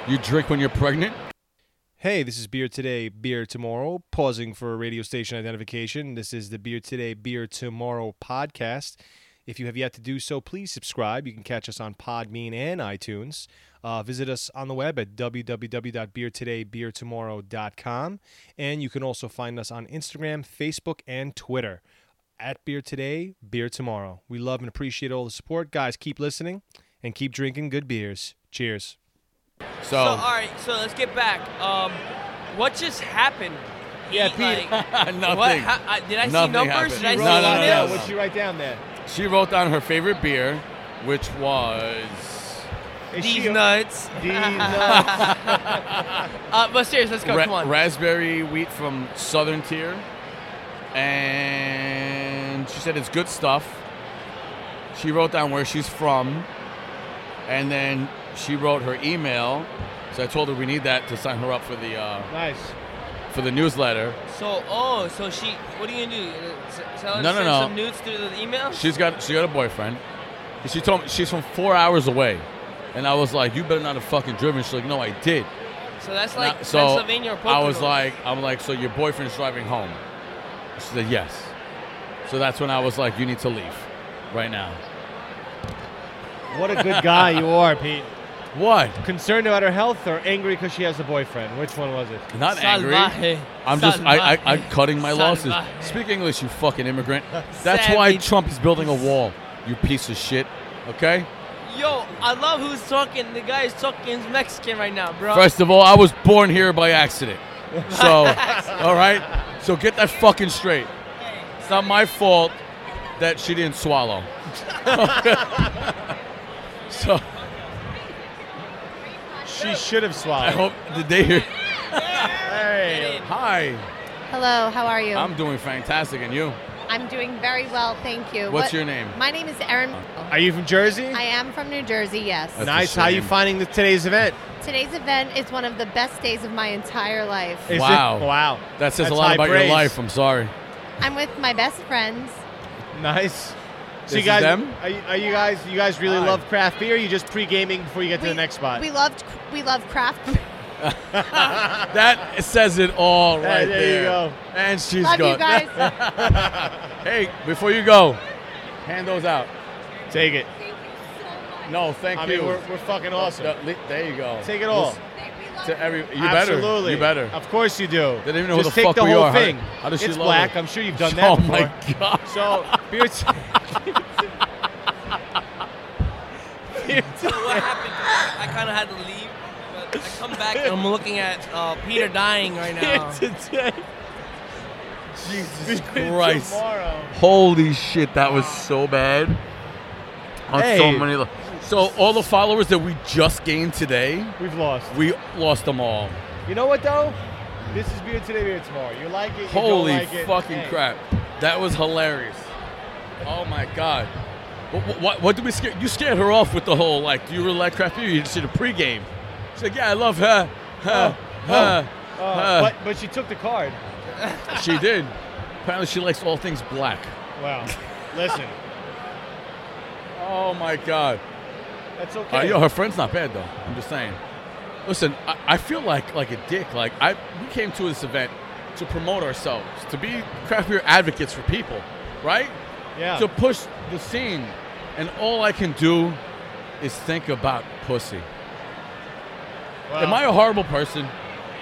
Speaker 2: You drink when you're pregnant?
Speaker 1: Hey, this is Beer Today, Beer Tomorrow, pausing for radio station identification. This is the Beer Today, Beer Tomorrow podcast. If you have yet to do so, please subscribe. You can catch us on Podbean and iTunes. Uh, visit us on the web at www.beertodaybeertomorrow.com. And you can also find us on Instagram, Facebook, and Twitter at Beer Today, Beer Tomorrow. We love and appreciate all the support. Guys, keep listening and keep drinking good beers. Cheers.
Speaker 2: So,
Speaker 4: So, uh, all right, so let's get back. Um, what just happened?
Speaker 3: Yeah,
Speaker 4: He,
Speaker 3: Pete.
Speaker 2: [laughs]
Speaker 4: like,
Speaker 2: nothing.
Speaker 4: What, ha- I, did I
Speaker 2: Nothing
Speaker 4: see numbers?
Speaker 2: happened.
Speaker 4: Did I
Speaker 2: No,
Speaker 4: see
Speaker 2: no, no,
Speaker 4: emails?
Speaker 2: no.
Speaker 3: What you write down there?
Speaker 2: she wrote down her favorite beer, which was
Speaker 3: Is
Speaker 4: These
Speaker 3: she-
Speaker 4: nuts.
Speaker 3: These nuts.
Speaker 4: Uh, but serious, let's go.
Speaker 2: ra-
Speaker 4: come on.
Speaker 2: raspberry wheat from Southern Tier. And she said it's good stuff. She wrote down where she's from. And then she wrote her email. So I told her we need that to sign her up for the uh,
Speaker 3: nice.
Speaker 2: for the newsletter.
Speaker 4: so, oh, so she. What are you gonna do? Uh, s- Tell her
Speaker 2: No,
Speaker 4: to
Speaker 2: no,
Speaker 4: send
Speaker 2: no.
Speaker 4: some nudes through the email.
Speaker 2: She's got she got a boyfriend. And she told me she's from four hours away. And I was like, You better not have fucking driven. She's like, No, I did.
Speaker 4: so that's like
Speaker 2: Now- so
Speaker 4: Pennsylvania or Pocono.
Speaker 2: I was like, I'm like, so your boyfriend's driving home. She said yes. So that's when I was like, you need to leave right now.
Speaker 3: [laughs] What a good guy you are, Pete.
Speaker 2: What?
Speaker 3: Concerned about her health or angry because she has a boyfriend? Which one was it?
Speaker 2: Not angry.
Speaker 4: Salvaje.
Speaker 2: I'm just I, I
Speaker 4: Salvaje.
Speaker 2: I'm cutting my losses.
Speaker 4: Salvaje.
Speaker 2: Speak English, you fucking immigrant. That's why
Speaker 4: Savage.
Speaker 2: Trump is building a wall. You piece of shit. Okay.
Speaker 4: Yo, I love who's talking. The guy is talking is Mexican right now, bro.
Speaker 2: First of all, I was born here by accident. So,
Speaker 3: [laughs]
Speaker 2: all right. So get that fucking straight. It's not my fault that she didn't swallow. [laughs] so.
Speaker 3: She should have
Speaker 2: I
Speaker 3: swallowed.
Speaker 2: hope did they hear.
Speaker 3: Hey.
Speaker 2: Hi,
Speaker 6: Hello, how are you?
Speaker 2: I'm doing fantastic, and you?
Speaker 6: I'm doing very well, thank you.
Speaker 2: What's your name?
Speaker 6: My name is Erin.
Speaker 3: [laughs] Are you from Jersey?
Speaker 6: I am from New Jersey, yes.
Speaker 2: That's a
Speaker 3: nice. How you
Speaker 2: shame.
Speaker 3: finding the, today's event?
Speaker 6: Today's event is one of the best days of my entire life.
Speaker 3: Is
Speaker 2: Wow.
Speaker 3: It, wow.
Speaker 2: That says
Speaker 3: That's
Speaker 2: a lot
Speaker 3: high
Speaker 2: about
Speaker 3: praise.
Speaker 2: your life. I'm sorry.
Speaker 6: I'm with my best friends.
Speaker 3: Nice. So
Speaker 2: This
Speaker 3: you
Speaker 2: is
Speaker 3: guys,
Speaker 2: them?
Speaker 3: Are, you, are you guys? You guys really
Speaker 2: Hi.
Speaker 3: love craft beer? You just pre-gaming before you get to the next spot.
Speaker 6: We loved we love
Speaker 7: [laughs]
Speaker 6: craft.
Speaker 2: That says it all right
Speaker 3: there you go.
Speaker 2: And she's
Speaker 6: love
Speaker 2: gone.
Speaker 6: you
Speaker 7: [laughs]
Speaker 6: guys.
Speaker 2: hey, before you go, hand those out.
Speaker 3: Take it.
Speaker 2: No, thank
Speaker 3: I
Speaker 2: you.
Speaker 3: mean, we're, we're fucking awesome.
Speaker 2: No, le- there you go.
Speaker 3: Take it all.
Speaker 2: Listen To every, you
Speaker 3: Absolutely.
Speaker 2: better. You better.
Speaker 3: Of course you do.
Speaker 2: They don't even know who
Speaker 3: Just
Speaker 2: the
Speaker 3: take
Speaker 2: fuck
Speaker 3: the
Speaker 2: we
Speaker 3: whole
Speaker 2: are. How-
Speaker 3: thing.
Speaker 2: how does she
Speaker 3: it's
Speaker 2: love
Speaker 3: black.
Speaker 2: it?
Speaker 3: I'm sure
Speaker 2: [laughs]
Speaker 3: you've done that
Speaker 2: oh
Speaker 3: before.
Speaker 2: my god.
Speaker 3: So
Speaker 2: [laughs]
Speaker 3: beer. T-
Speaker 4: So what happened? I kind of had to leave. But I come back and
Speaker 2: [laughs]
Speaker 4: I'm looking at uh, Peter dying right now.
Speaker 2: Jesus Christ.
Speaker 3: Tomorrow.
Speaker 2: Holy shit, that was so bad. On so
Speaker 3: Hey.
Speaker 2: many. le- So all the followers that we just gained today,
Speaker 3: We've lost.
Speaker 2: we lost them all.
Speaker 3: You know what though? This is beer today, beer tomorrow. You like it? You
Speaker 2: Holy
Speaker 3: don't like it.
Speaker 2: fucking
Speaker 3: hey.
Speaker 2: crap. That was hilarious. Oh my god. What, what, what did we scare? You scared her off with the whole, like, do you really like craft beer? You just did a pregame. She's like, yeah, I love her. Her. Her.
Speaker 3: Uh,
Speaker 2: her.
Speaker 3: but but she took the card.
Speaker 2: She did. Apparently, she likes all things
Speaker 3: [laughs]
Speaker 2: black.
Speaker 3: Well, listen,
Speaker 2: Oh my god.
Speaker 3: that's
Speaker 2: Uh,
Speaker 3: okay.
Speaker 2: yo, her friend's not bad though. I'm just saying. Listen, I, I feel like like a dick. Like I, we came to this event to promote ourselves, to be craft beer advocates for people, right? [laughs]
Speaker 3: yeah.
Speaker 2: To push the scene, and all I can do is think about pussy.
Speaker 3: Well,
Speaker 2: Am I a horrible person?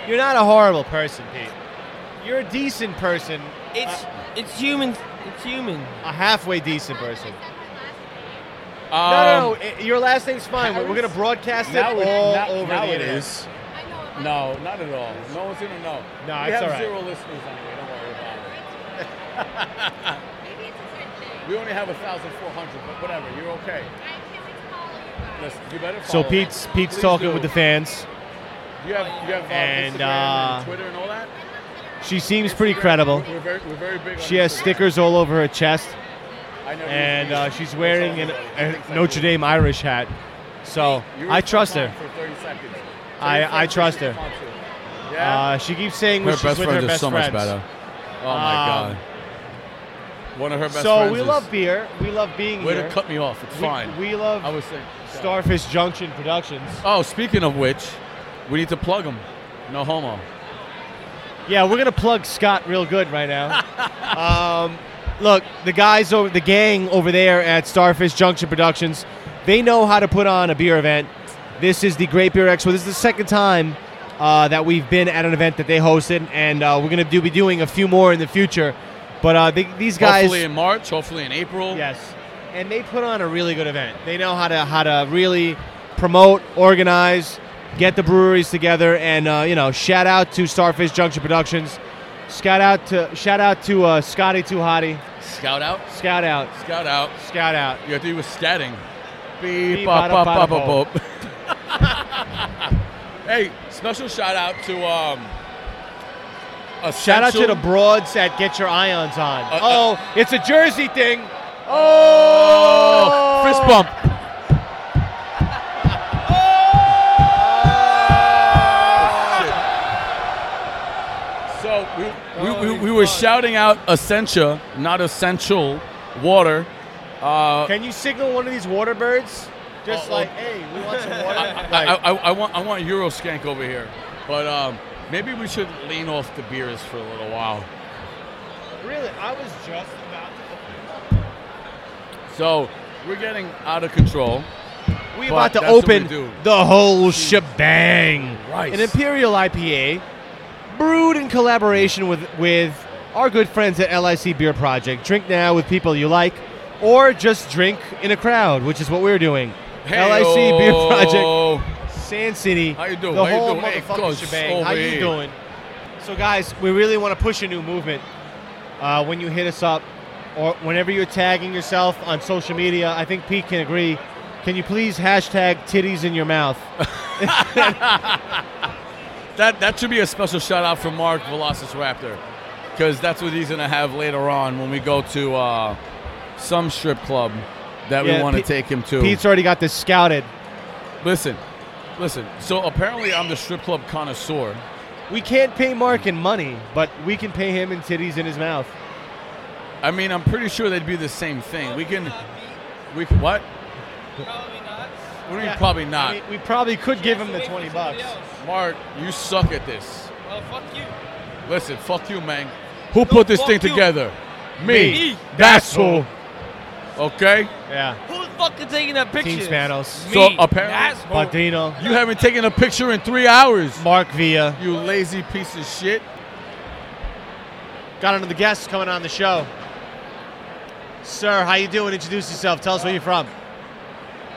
Speaker 3: You're not a horrible person, Pete. You're a decent person,
Speaker 4: It's
Speaker 2: uh,
Speaker 4: it's human. It's human.
Speaker 3: a halfway decent person.
Speaker 2: Um,
Speaker 3: no, no, no, i- your last name's fine. We're, we're
Speaker 2: Harris?
Speaker 3: gonna broadcast it
Speaker 2: Now it-
Speaker 3: all
Speaker 2: now-
Speaker 3: over
Speaker 2: now
Speaker 3: the
Speaker 2: it
Speaker 3: internet.
Speaker 2: is. No, not at all. No one's gonna know.
Speaker 3: No,
Speaker 2: we
Speaker 3: it's
Speaker 2: have
Speaker 3: all right.
Speaker 2: zero listeners anyway. Don't worry about it. We only have 1,400, but whatever, you're okay. Listen, you better
Speaker 3: So
Speaker 2: follow
Speaker 3: Pete's
Speaker 2: us.
Speaker 3: Pete's
Speaker 2: Please
Speaker 3: talking
Speaker 2: do.
Speaker 3: with the fans.
Speaker 2: You have, you have uh,
Speaker 3: And,
Speaker 2: Instagram
Speaker 3: uh,
Speaker 2: and Twitter and all that?
Speaker 3: She seems pretty credible.
Speaker 2: We're very, we're very big. on
Speaker 3: She has
Speaker 2: Instagram.
Speaker 3: stickers all over her chest,
Speaker 2: I never
Speaker 3: and
Speaker 2: used to
Speaker 3: uh,
Speaker 2: use it.
Speaker 3: she's wearing an,
Speaker 2: That's all I think
Speaker 3: a
Speaker 2: I
Speaker 3: Notre
Speaker 2: do.
Speaker 3: Dame Irish hat. So
Speaker 2: You were
Speaker 3: I trust her.
Speaker 2: for 30 seconds.
Speaker 3: I-
Speaker 2: 30
Speaker 3: I
Speaker 2: seconds,
Speaker 3: trust
Speaker 2: she's
Speaker 3: her.
Speaker 2: sponsored. Yeah.
Speaker 3: Uh, she keeps saying when she's with her best friends.
Speaker 2: Oh
Speaker 3: my Um,
Speaker 2: god. One of her best friends.
Speaker 3: So we
Speaker 2: is-
Speaker 3: love beer. We love being
Speaker 2: Way
Speaker 3: here.
Speaker 2: to cut me off. It's
Speaker 3: We-
Speaker 2: fine.
Speaker 3: We
Speaker 2: I
Speaker 3: love
Speaker 2: was saying.
Speaker 3: Starfish Junction Productions.
Speaker 2: Oh, speaking of which, we need to plug them. No homo.
Speaker 3: Yeah, we're gonna plug Scott real good right now. um, look, the guys over the gang over there at Starfish Junction Productions, they know how to put on a beer event. This is the Great Beer Expo. This is the second time uh, that we've been at an event that they hosted, and uh, we're gonna do be doing a few more in the future. But uh, they, these guys,
Speaker 2: Hopefully in March. Hopefully in April.
Speaker 3: yes, and they put on a really good event. They know how to how to really promote, organize, get the breweries together, and uh, you know, shout out to Starfish Junction Productions. Shout out to shout out to uh, Scotty Too Hottie.
Speaker 2: Scout out.
Speaker 3: Scout out,
Speaker 2: Scout out.
Speaker 3: scout out.
Speaker 2: You have to do with scatting.
Speaker 3: Beep,
Speaker 2: Beep, bop,
Speaker 3: bada,
Speaker 2: bop,
Speaker 3: bada,
Speaker 2: bop, bop, bop. [laughs] Hey, special shout out to um.
Speaker 3: Shout out to
Speaker 2: Essential-
Speaker 3: the broads at Get Your Ions On.
Speaker 2: uh,
Speaker 3: oh, it's a Jersey thing.
Speaker 2: Oh,
Speaker 3: Oh,
Speaker 2: fist bump. [laughs] So we, we, we, we
Speaker 3: Oh,
Speaker 2: were shouting out Essentia, not essential water. Uh,
Speaker 3: Can you signal one of these water birds? Just like, hey, we want some water. [laughs]
Speaker 2: [laughs] I, I, I want I want Euroskank over here, but um, maybe we should lean off the beers for a little while.
Speaker 3: really, I was just about.
Speaker 2: So we're getting out of control.
Speaker 3: To, we
Speaker 2: But
Speaker 3: about to
Speaker 2: that's what we
Speaker 3: open
Speaker 2: do.
Speaker 3: the whole shebang.
Speaker 2: Christ.
Speaker 3: An imperial IPA, brewed in collaboration with with our good friends at LIC Beer Project. Drink now with people you like, or just drink in a crowd, which is what we're doing. LIC Beer Project.
Speaker 2: Heyo.
Speaker 3: Sand City.
Speaker 2: How you doing?
Speaker 3: The
Speaker 2: How you
Speaker 3: whole
Speaker 2: doing? Hey,
Speaker 3: motherfucking
Speaker 2: coach,
Speaker 3: shebang.
Speaker 2: over
Speaker 3: How you
Speaker 2: here.
Speaker 3: doing? So, guys, we really want to push a new movement. Uh, when you hit us up, or whenever you're tagging yourself on social media, I think Pete can agree. Can you please hashtag titties in your mouth?
Speaker 2: That that should be a special shout out for Mark Velociraptor, because that's what he's gonna have later on when we go to uh, some strip club that
Speaker 3: Yeah,
Speaker 2: we want to
Speaker 3: Pete-
Speaker 2: take him to.
Speaker 3: Pete's already got this scouted.
Speaker 2: Listen, listen. So apparently I'm the strip club connoisseur.
Speaker 3: We can't pay Mark in money, but we can pay him in titties in his mouth.
Speaker 2: I mean, I'm pretty sure they'd be the same thing. We can, we can- what?
Speaker 4: Probably not.
Speaker 2: What do you mean
Speaker 3: Yeah,
Speaker 2: probably
Speaker 3: I
Speaker 2: not?
Speaker 3: mean, we probably could give him the
Speaker 4: Wait for
Speaker 3: 20
Speaker 4: somebody
Speaker 3: bucks.
Speaker 4: else.
Speaker 2: Mark, you suck at this.
Speaker 4: Well, fuck you.
Speaker 2: Listen, fuck you, man. Who put this
Speaker 4: fuck
Speaker 2: thing
Speaker 4: you.
Speaker 2: together? Me.
Speaker 4: Me.
Speaker 2: That's who. Okay.
Speaker 3: Yeah.
Speaker 4: Who's fucking taking that picture?
Speaker 3: Team Spanos.
Speaker 4: Me.
Speaker 2: So apparently-
Speaker 4: Asshole.
Speaker 3: Padrino.
Speaker 2: You haven't taken a picture in three hours.
Speaker 3: Mark Villa.
Speaker 2: You lazy piece of shit.
Speaker 3: Got another guest coming on the show. Sir, how you doing? Introduce yourself. Tell us where you're from.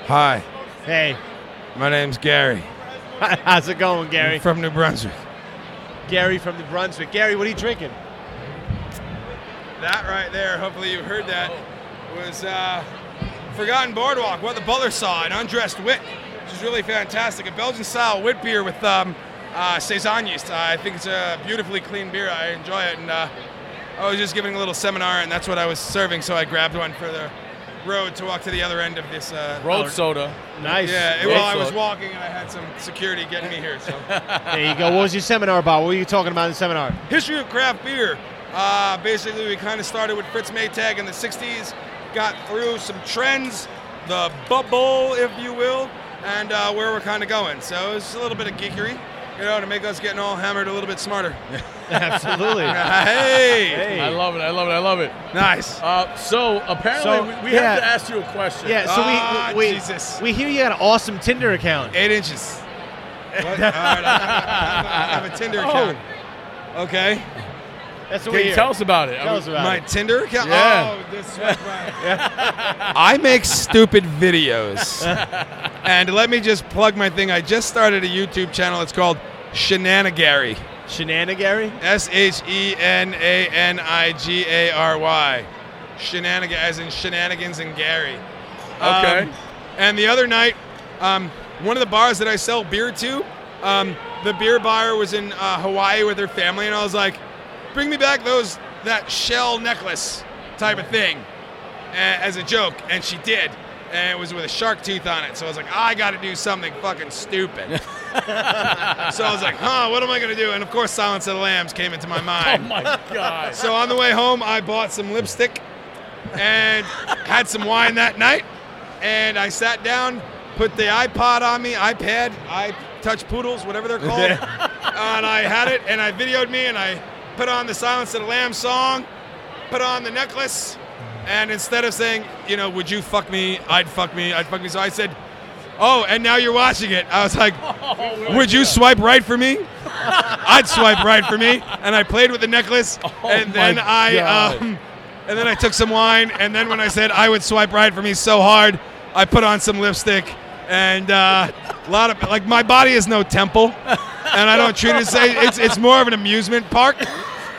Speaker 7: Hi,
Speaker 3: Hey,
Speaker 7: my name's Gary.
Speaker 3: how's it going,
Speaker 7: I'm
Speaker 3: Gary?
Speaker 7: from New Brunswick.
Speaker 3: Gary from New Brunswick. Gary, what are you drinking?
Speaker 7: That right there, hopefully you heard that, was uh, Forgotten Boardwalk, what the Butler saw, an undressed wit, which is really fantastic. A Belgian style wit beer with um, uh, Saison yeast. Uh, I think it's a beautifully clean beer. I enjoy it. And uh, I was just giving a little seminar, and that's what I was serving, so I grabbed one for the road to walk to the other end of this. Uh,
Speaker 2: Road soda.
Speaker 3: Nice.
Speaker 7: Yeah, well, I
Speaker 2: road
Speaker 7: was
Speaker 2: soda.
Speaker 7: walking, and I had some security getting me here. So.
Speaker 3: There you go. What was your seminar about? What were you talking about in the seminar?
Speaker 7: History of craft beer. Uh, basically, we kind of started with Fritz Maytag in the 60s, got through some trends, the bubble, if you will, and uh, where we're kind of going. So it's a little bit of geekery, you know, to make us getting all hammered a little bit smarter.
Speaker 3: Absolutely.
Speaker 7: [laughs] hey!
Speaker 2: I love it. I love it. I love it.
Speaker 7: Nice.
Speaker 2: Uh, so apparently
Speaker 3: So,
Speaker 2: we, we
Speaker 3: yeah.
Speaker 2: have to ask you a question.
Speaker 3: Yeah, so
Speaker 7: Ah,
Speaker 3: we, we,
Speaker 7: Jesus.
Speaker 3: we hear you got an awesome Tinder account.
Speaker 7: Eight inches. What? All right, I have a Tinder account. Okay.
Speaker 3: That's what
Speaker 2: Can
Speaker 3: we
Speaker 2: you
Speaker 3: hear.
Speaker 2: tell us about it? I
Speaker 3: Tell
Speaker 2: mean,
Speaker 3: us about
Speaker 7: My
Speaker 3: it.
Speaker 7: Tinder account?
Speaker 2: Yeah.
Speaker 7: Oh, this was my. I make stupid videos. and let me just plug my thing. I just started a YouTube channel. It's called Shenanigary.
Speaker 3: Shenanigary?
Speaker 7: S H E N A N I G A R Y. Shenanigans, as in shenanigans and Gary. Um,
Speaker 2: Okay.
Speaker 7: and the other night, um, one of the bars that I sell beer to, um, the beer buyer was in uh, Hawaii with her family, and I was like, bring me back those that shell necklace type of thing a- as a joke, and she did. And it was with a shark tooth on it. So I was like, I got to do something fucking stupid.
Speaker 2: [laughs]
Speaker 7: so I was like, huh, what am I going to do? And of course, Silence of the Lambs came into my
Speaker 2: [laughs] Oh [laughs]
Speaker 7: mind.
Speaker 2: my God.
Speaker 7: [laughs] So on the way home, I bought some lipstick and had some wine that night. And I sat down, put the iPod on me, iPad, I touch poodles, whatever they're called. and I had it, and I videoed me, and I put on the Silence of the Lambs song, put on the necklace, and instead of saying, you know, would you fuck me? I'd fuck me. I'd fuck me. So I said, oh, and now you're watching it. I
Speaker 2: [laughs]
Speaker 7: was like,
Speaker 2: Oh,
Speaker 7: would you swipe right for me? I'd swipe right for me. And I played with the necklace, and then
Speaker 2: Oh my
Speaker 7: I,
Speaker 2: God.
Speaker 7: um, and then I took some wine, and then when I said I would swipe right for me so hard, I put on some lipstick, and uh, a lot of like my body is no temple, and I don't treat it. as It's it's more of an amusement park.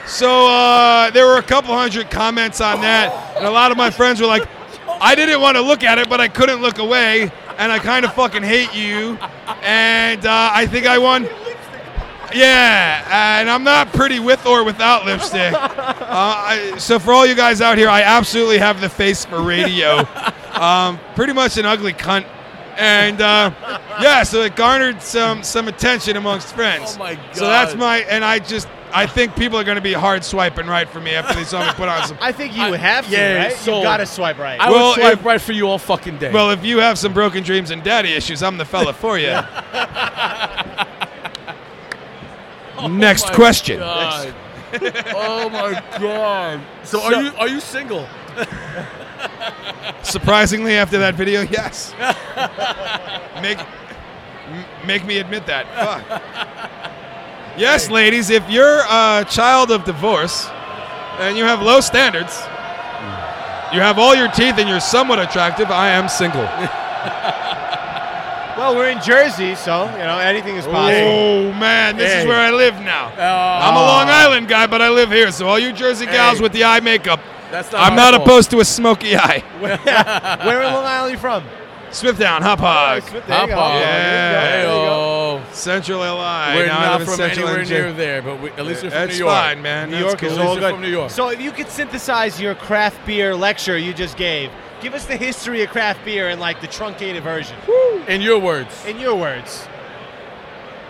Speaker 7: So uh, there were a couple hundred comments on that, and a lot of my friends were like, "I didn't want to look at it, but I couldn't look away, and I kind of fucking hate you." And uh, I think I won. Yeah, uh, and I'm not pretty with or without lipstick. Uh, I, so for all you guys out here, I absolutely have the face for radio. Um, pretty much an ugly cunt, and uh, yeah, so it garnered some some attention amongst friends.
Speaker 2: Oh my
Speaker 7: So that's
Speaker 2: God.
Speaker 7: my and I just I think people are going to be hard swiping right for me after they saw me put on some.
Speaker 3: I think you
Speaker 2: I-
Speaker 3: would have to,
Speaker 2: yeah,
Speaker 3: right?
Speaker 2: so-
Speaker 3: you got to swipe right.
Speaker 2: I
Speaker 7: Well,
Speaker 2: would swipe
Speaker 7: if-
Speaker 2: right for you all fucking day.
Speaker 7: Well, if you have some broken dreams and daddy issues, I'm the fella for you. Next
Speaker 2: Oh my
Speaker 7: question.
Speaker 2: God. oh my God. So, are you are you single?
Speaker 7: Surprisingly, after that video, yes. [laughs] make m- make me admit that. Fuck. Yes, ladies, if you're a child of divorce and you have low standards, you have all your teeth and you're somewhat attractive, I am single.
Speaker 3: well, we're in Jersey, so you know anything is possible.
Speaker 7: Oh man, this is
Speaker 2: Hey. Oh.
Speaker 7: where I live now. I'm a Long Island guy, but I live here. So all you Jersey gals
Speaker 2: Hey.
Speaker 7: with the eye makeup,
Speaker 2: That's not
Speaker 7: I'm
Speaker 2: our
Speaker 7: not
Speaker 2: fault.
Speaker 7: opposed to a smoky eye.
Speaker 3: Where in Long Island are you from?
Speaker 7: Smithtown, Hop Hog,
Speaker 3: Smith- there you
Speaker 2: Hop
Speaker 3: go.
Speaker 2: on.
Speaker 7: Uh, Yeah.
Speaker 3: There you go.
Speaker 2: Hey-o.
Speaker 7: Central LI.
Speaker 2: We're
Speaker 7: Now I
Speaker 2: not
Speaker 7: live in
Speaker 2: from
Speaker 7: Central
Speaker 2: anywhere
Speaker 7: NJ.
Speaker 2: near there, but we, at least we're from
Speaker 7: That's
Speaker 2: New York.
Speaker 7: fine, man.
Speaker 3: New
Speaker 7: That's
Speaker 3: York is
Speaker 7: cool.
Speaker 3: all
Speaker 2: Lisa
Speaker 3: good.
Speaker 2: from New York.
Speaker 3: So if you could synthesize your craft beer lecture you just gave, give us the history of craft beer in like the truncated version,
Speaker 2: In your words,
Speaker 3: in your words.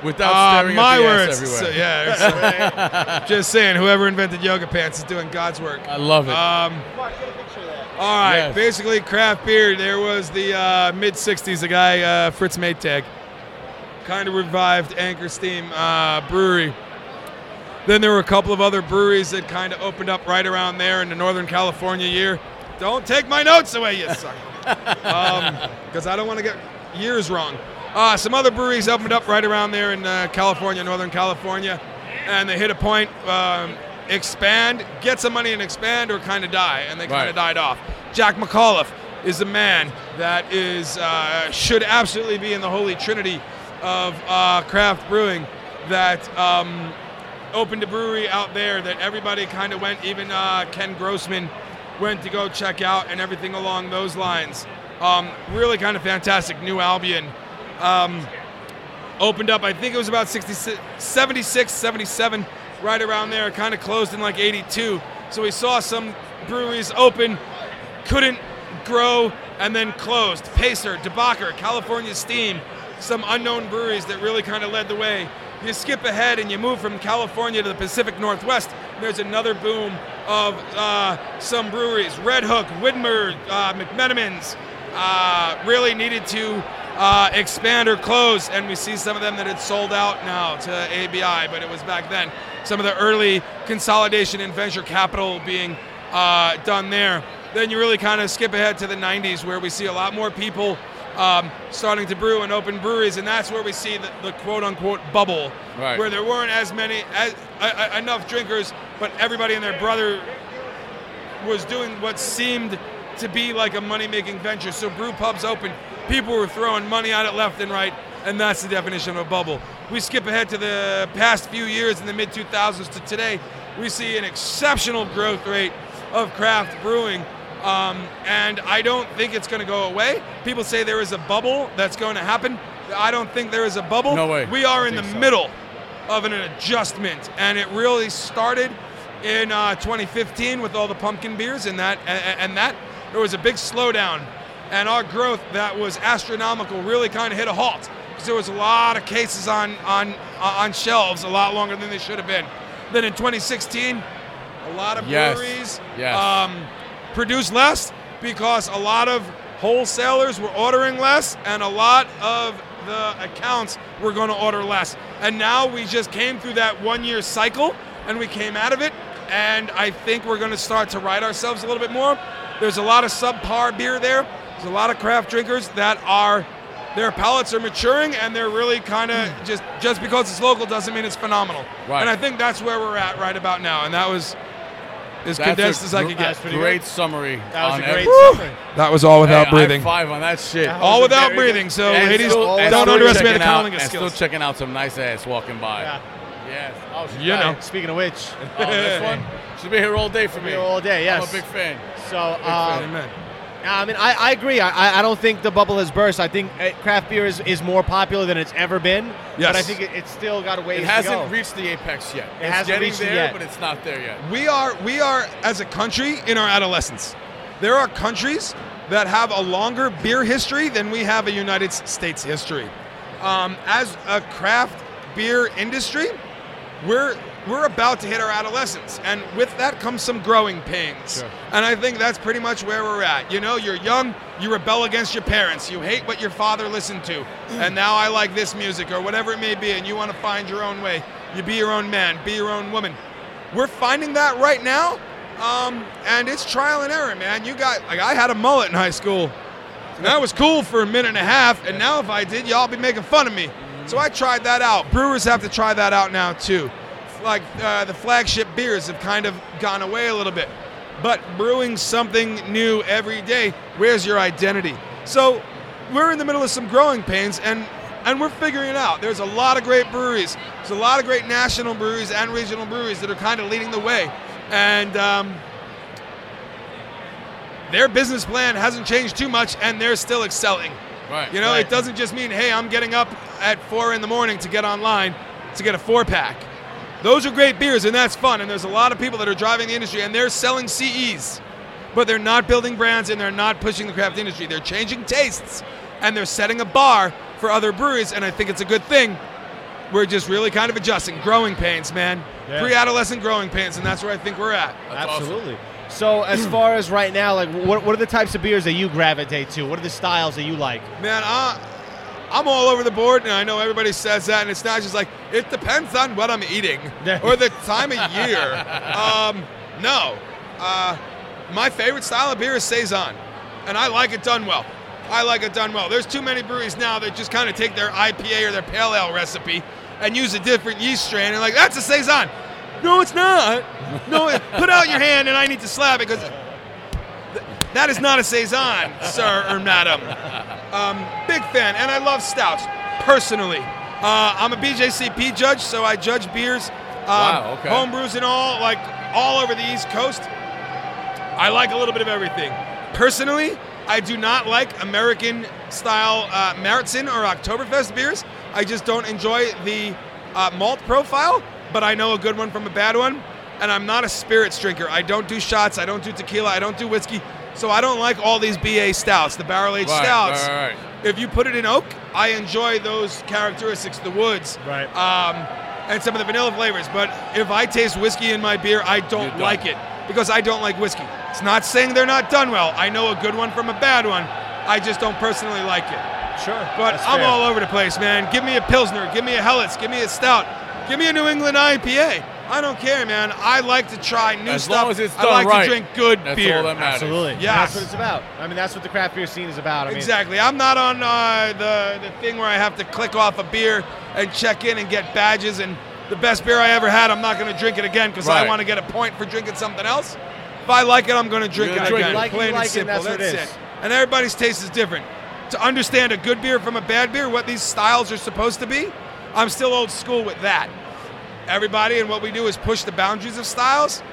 Speaker 2: without
Speaker 7: Uh,
Speaker 2: staring
Speaker 7: my
Speaker 2: at the
Speaker 7: words.
Speaker 2: ass everywhere. [laughs]
Speaker 7: So, [laughs] yeah. it's- just saying, whoever invented yoga pants is doing God's work.
Speaker 2: I love it.
Speaker 7: Um, all right.
Speaker 2: Yes.
Speaker 7: Basically, craft beer. There was the uh, mid '60s. A guy, uh, Fritz Maytag, kind of revived Anchor Steam uh, Brewery. Then there were a couple of other breweries that kind of opened up right around there in the Northern California year. Don't take my notes away, you sucker. Because I don't want to get years wrong. Uh, some other breweries opened up right around there in uh, California, Northern California, and they hit a point um, expand, get some money and expand, or kind of die. And they kind
Speaker 2: Right.
Speaker 7: of died off. Jack McAuliffe is a man that is uh, should absolutely be in the holy trinity of uh, craft brewing that um, opened a brewery out there that everybody kind of went, even uh, Ken Grossman went to go check out and everything along those lines. Um, really kind of fantastic. New Albion um, opened up, I think it was about 66, 76, 77, right around there. Kind of closed in like 82. So we saw some breweries open, couldn't grow, and then closed. Pacer, Debacker, California Steam, some unknown breweries that really kind of led the way. You skip ahead and you move from California to the Pacific Northwest. and There's another boom of uh, some breweries: Red Hook, Widmer, uh, McMenamins. Uh, really needed to uh, expand or close, and we see some of them that had sold out now to ABI, but it was back then. Some of the early consolidation and venture capital being uh, done there. Then you really kind of skip ahead to the 90s where we see a lot more people um, starting to brew and open breweries, and that's where we see the, the quote unquote bubble,
Speaker 2: Right.
Speaker 7: where there weren't as many, as, uh, enough drinkers, but everybody and their brother was doing what seemed to be like a money making venture. So brew pubs open, people were throwing money at it left and right, and that's the definition of a bubble. We skip ahead to the past few years in the mid 2000s to today, we see an exceptional growth rate of craft brewing. Um, and I don't think it's going to go away. People say there is a bubble that's going to happen. I don't think there is a bubble.
Speaker 2: No way.
Speaker 7: We are
Speaker 2: I
Speaker 7: in the
Speaker 2: think so.
Speaker 7: middle of an adjustment, and it really started in uh, 2015 with all the pumpkin beers and that and, and that there was a big slowdown and our growth that was astronomical really kind of hit a halt because there was a lot of cases on on uh, on shelves a lot longer than they should have been then in 2016 a lot of
Speaker 2: Yes.
Speaker 7: breweries
Speaker 2: Yes.
Speaker 7: Um, produced less because a lot of wholesalers were ordering less and a lot of the accounts were going to order less. And now we just came through that one year cycle and we came out of it. And I think we're going to start to right ourselves a little bit more. There's a lot of subpar beer there. There's a lot of craft drinkers that are, their palates are maturing and they're really kind of just, just because it's local doesn't mean it's phenomenal.
Speaker 2: Hmm. Right.
Speaker 7: And I think that's where we're at right about now. And that was as
Speaker 2: That's
Speaker 7: condensed
Speaker 2: a
Speaker 7: as I
Speaker 2: gr-
Speaker 7: could
Speaker 3: That's
Speaker 7: get.
Speaker 3: pretty
Speaker 2: Great summary.
Speaker 3: That was
Speaker 2: on
Speaker 3: a great
Speaker 2: every-
Speaker 3: summary.
Speaker 7: That was all
Speaker 2: Hey, high five on that shit.
Speaker 3: Yeah.
Speaker 7: All
Speaker 3: That was a
Speaker 7: without
Speaker 3: very
Speaker 7: breathing.
Speaker 3: good-
Speaker 7: So,
Speaker 2: And
Speaker 7: ladies,
Speaker 2: still- and
Speaker 7: don't
Speaker 2: still
Speaker 7: underestimate the
Speaker 2: checking out-
Speaker 7: calling
Speaker 2: and
Speaker 7: skills.
Speaker 2: Still checking out some nice ass walking by.
Speaker 3: Yeah.
Speaker 2: Yes. Oh, she's
Speaker 7: You know.
Speaker 2: back.
Speaker 3: Speaking of which,
Speaker 2: [laughs] Oh, this
Speaker 7: [laughs]
Speaker 2: one. She'll be here all day for
Speaker 3: be
Speaker 2: me.
Speaker 3: here all day,
Speaker 2: I'm
Speaker 3: yes.
Speaker 2: a big fan.
Speaker 3: so um,
Speaker 7: Amen.
Speaker 3: I mean, I, I agree. I, I- I don't think the bubble has burst. I think uh, craft beer is, is more popular than it's ever been.
Speaker 7: Yes.
Speaker 3: But I think it, it's still got a ways
Speaker 2: It
Speaker 3: to
Speaker 2: hasn't
Speaker 3: go.
Speaker 2: reached the apex yet.
Speaker 3: It
Speaker 2: it's
Speaker 3: hasn't
Speaker 2: getting
Speaker 3: reached it
Speaker 2: there,
Speaker 3: yet.
Speaker 2: but it's not there yet.
Speaker 7: We are we are as a country in our adolescence. There are countries that have a longer beer history than we have a United States history. Um, as a craft beer industry, we're we're about to hit our adolescence, and with that comes some growing pains. And I think that's pretty much where we're at. You know, you're young, you rebel against your parents, you hate what your father listened to, and now I like this music or whatever it may be, and you want to find your own way. You be your own man, be your own woman. We're finding that right now, um, and it's trial and error, man. You got like I had a mullet in high school. And that was cool for a minute and a half, and now if I did, y'all be making fun of me. So I tried that out. Brewers have to try that out now too. Like uh, the flagship beers have kind of gone away a little bit, but brewing something new every day, where's your identity? So we're in the middle of some growing pains, and and we're figuring it out. There's a lot of great breweries. There's a lot of great national breweries and regional breweries that are kind of leading the way, and. Um, their business plan hasn't changed too much and they're still excelling.
Speaker 2: Right.
Speaker 7: You know,
Speaker 2: right.
Speaker 7: it doesn't just mean, hey, I'm getting up at four in the morning to get online to get a four pack. Those are great beers and that's fun. And there's a lot of people that are driving the industry and they're selling CEs, but they're not building brands and they're not pushing the craft industry. They're changing tastes and they're setting a bar for other breweries. And I think it's a good thing. We're just really kind of adjusting. Growing pains, man.
Speaker 3: Yeah.
Speaker 7: Pre adolescent growing pains. And that's where I think we're at.
Speaker 2: That's awesome.
Speaker 3: Absolutely. So
Speaker 2: [clears throat]
Speaker 3: as far as right now, like what, what are the types of beers that you gravitate to? What are the styles that you like?
Speaker 7: Man, I, I'm all over the board, and I know everybody says that, and it's not just like it depends on what I'm eating or the time of year. Um, no, uh, my favorite style of beer is saison, and I like it done well. I like it done well. There's too many breweries now that just kind of take their IPA or their pale ale recipe and use a different yeast strain, and like that's a saison. No, it's not. No, it- put out your hand, and I need to slap it because that is not a saison, sir or madam. Um, big fan, and I love stouts personally. Uh, I'm a BJCP judge, so I judge beers, um,
Speaker 2: Wow, okay.
Speaker 7: home brews and all, like all over the East Coast. I like a little bit of everything. Personally, I do not like American style uh, Märzen or Oktoberfest beers. I just don't enjoy the uh, malt profile, but I know a good one from a bad one. And I'm not a spirits drinker. I don't do shots. I don't do tequila. I don't do whiskey. So I don't like all these BA stouts, the barrel aged
Speaker 2: Right,
Speaker 7: stouts.
Speaker 2: right, right.
Speaker 7: If you put it in oak, I enjoy those characteristics, the woods,
Speaker 3: Right.
Speaker 7: um, and some of the vanilla flavors. But if I taste whiskey in my beer, I don't
Speaker 2: don't.
Speaker 7: like it because I don't like whiskey. It's not saying they're not done well. I know a good one from a bad one. I just don't personally like it.
Speaker 3: Sure.
Speaker 7: But I'm all over the place, man. Give me a Pilsner, give me a Helles, give me a Stout, give me a New England IPA. I don't care, man. I like to try new
Speaker 2: As
Speaker 7: stuff.
Speaker 2: long as it's
Speaker 7: I
Speaker 2: done
Speaker 7: like
Speaker 2: right.
Speaker 7: to drink good
Speaker 2: That's
Speaker 7: beer.
Speaker 2: all that matters.
Speaker 3: Absolutely.
Speaker 7: Yes.
Speaker 3: That's what it's about. I mean, that's what the craft beer scene is about. I mean,
Speaker 7: Exactly. I'm not on uh, the the thing where I have to click off a beer and check in and get badges. And the best beer I ever had, I'm not going to drink it again because I
Speaker 2: Right.
Speaker 7: want to get a point for drinking something else. If I like it, I'm going to drink
Speaker 2: You're
Speaker 7: it
Speaker 2: gonna drink
Speaker 7: again.
Speaker 2: it.
Speaker 3: Like it,
Speaker 7: Plain
Speaker 3: like
Speaker 7: and
Speaker 3: it,
Speaker 7: simple.
Speaker 3: that's what it is.
Speaker 7: it. And everybody's taste is different. To understand a good beer from a bad beer, what these styles are supposed to be, I'm still old school with that. Everybody and what we do is push the boundaries of styles.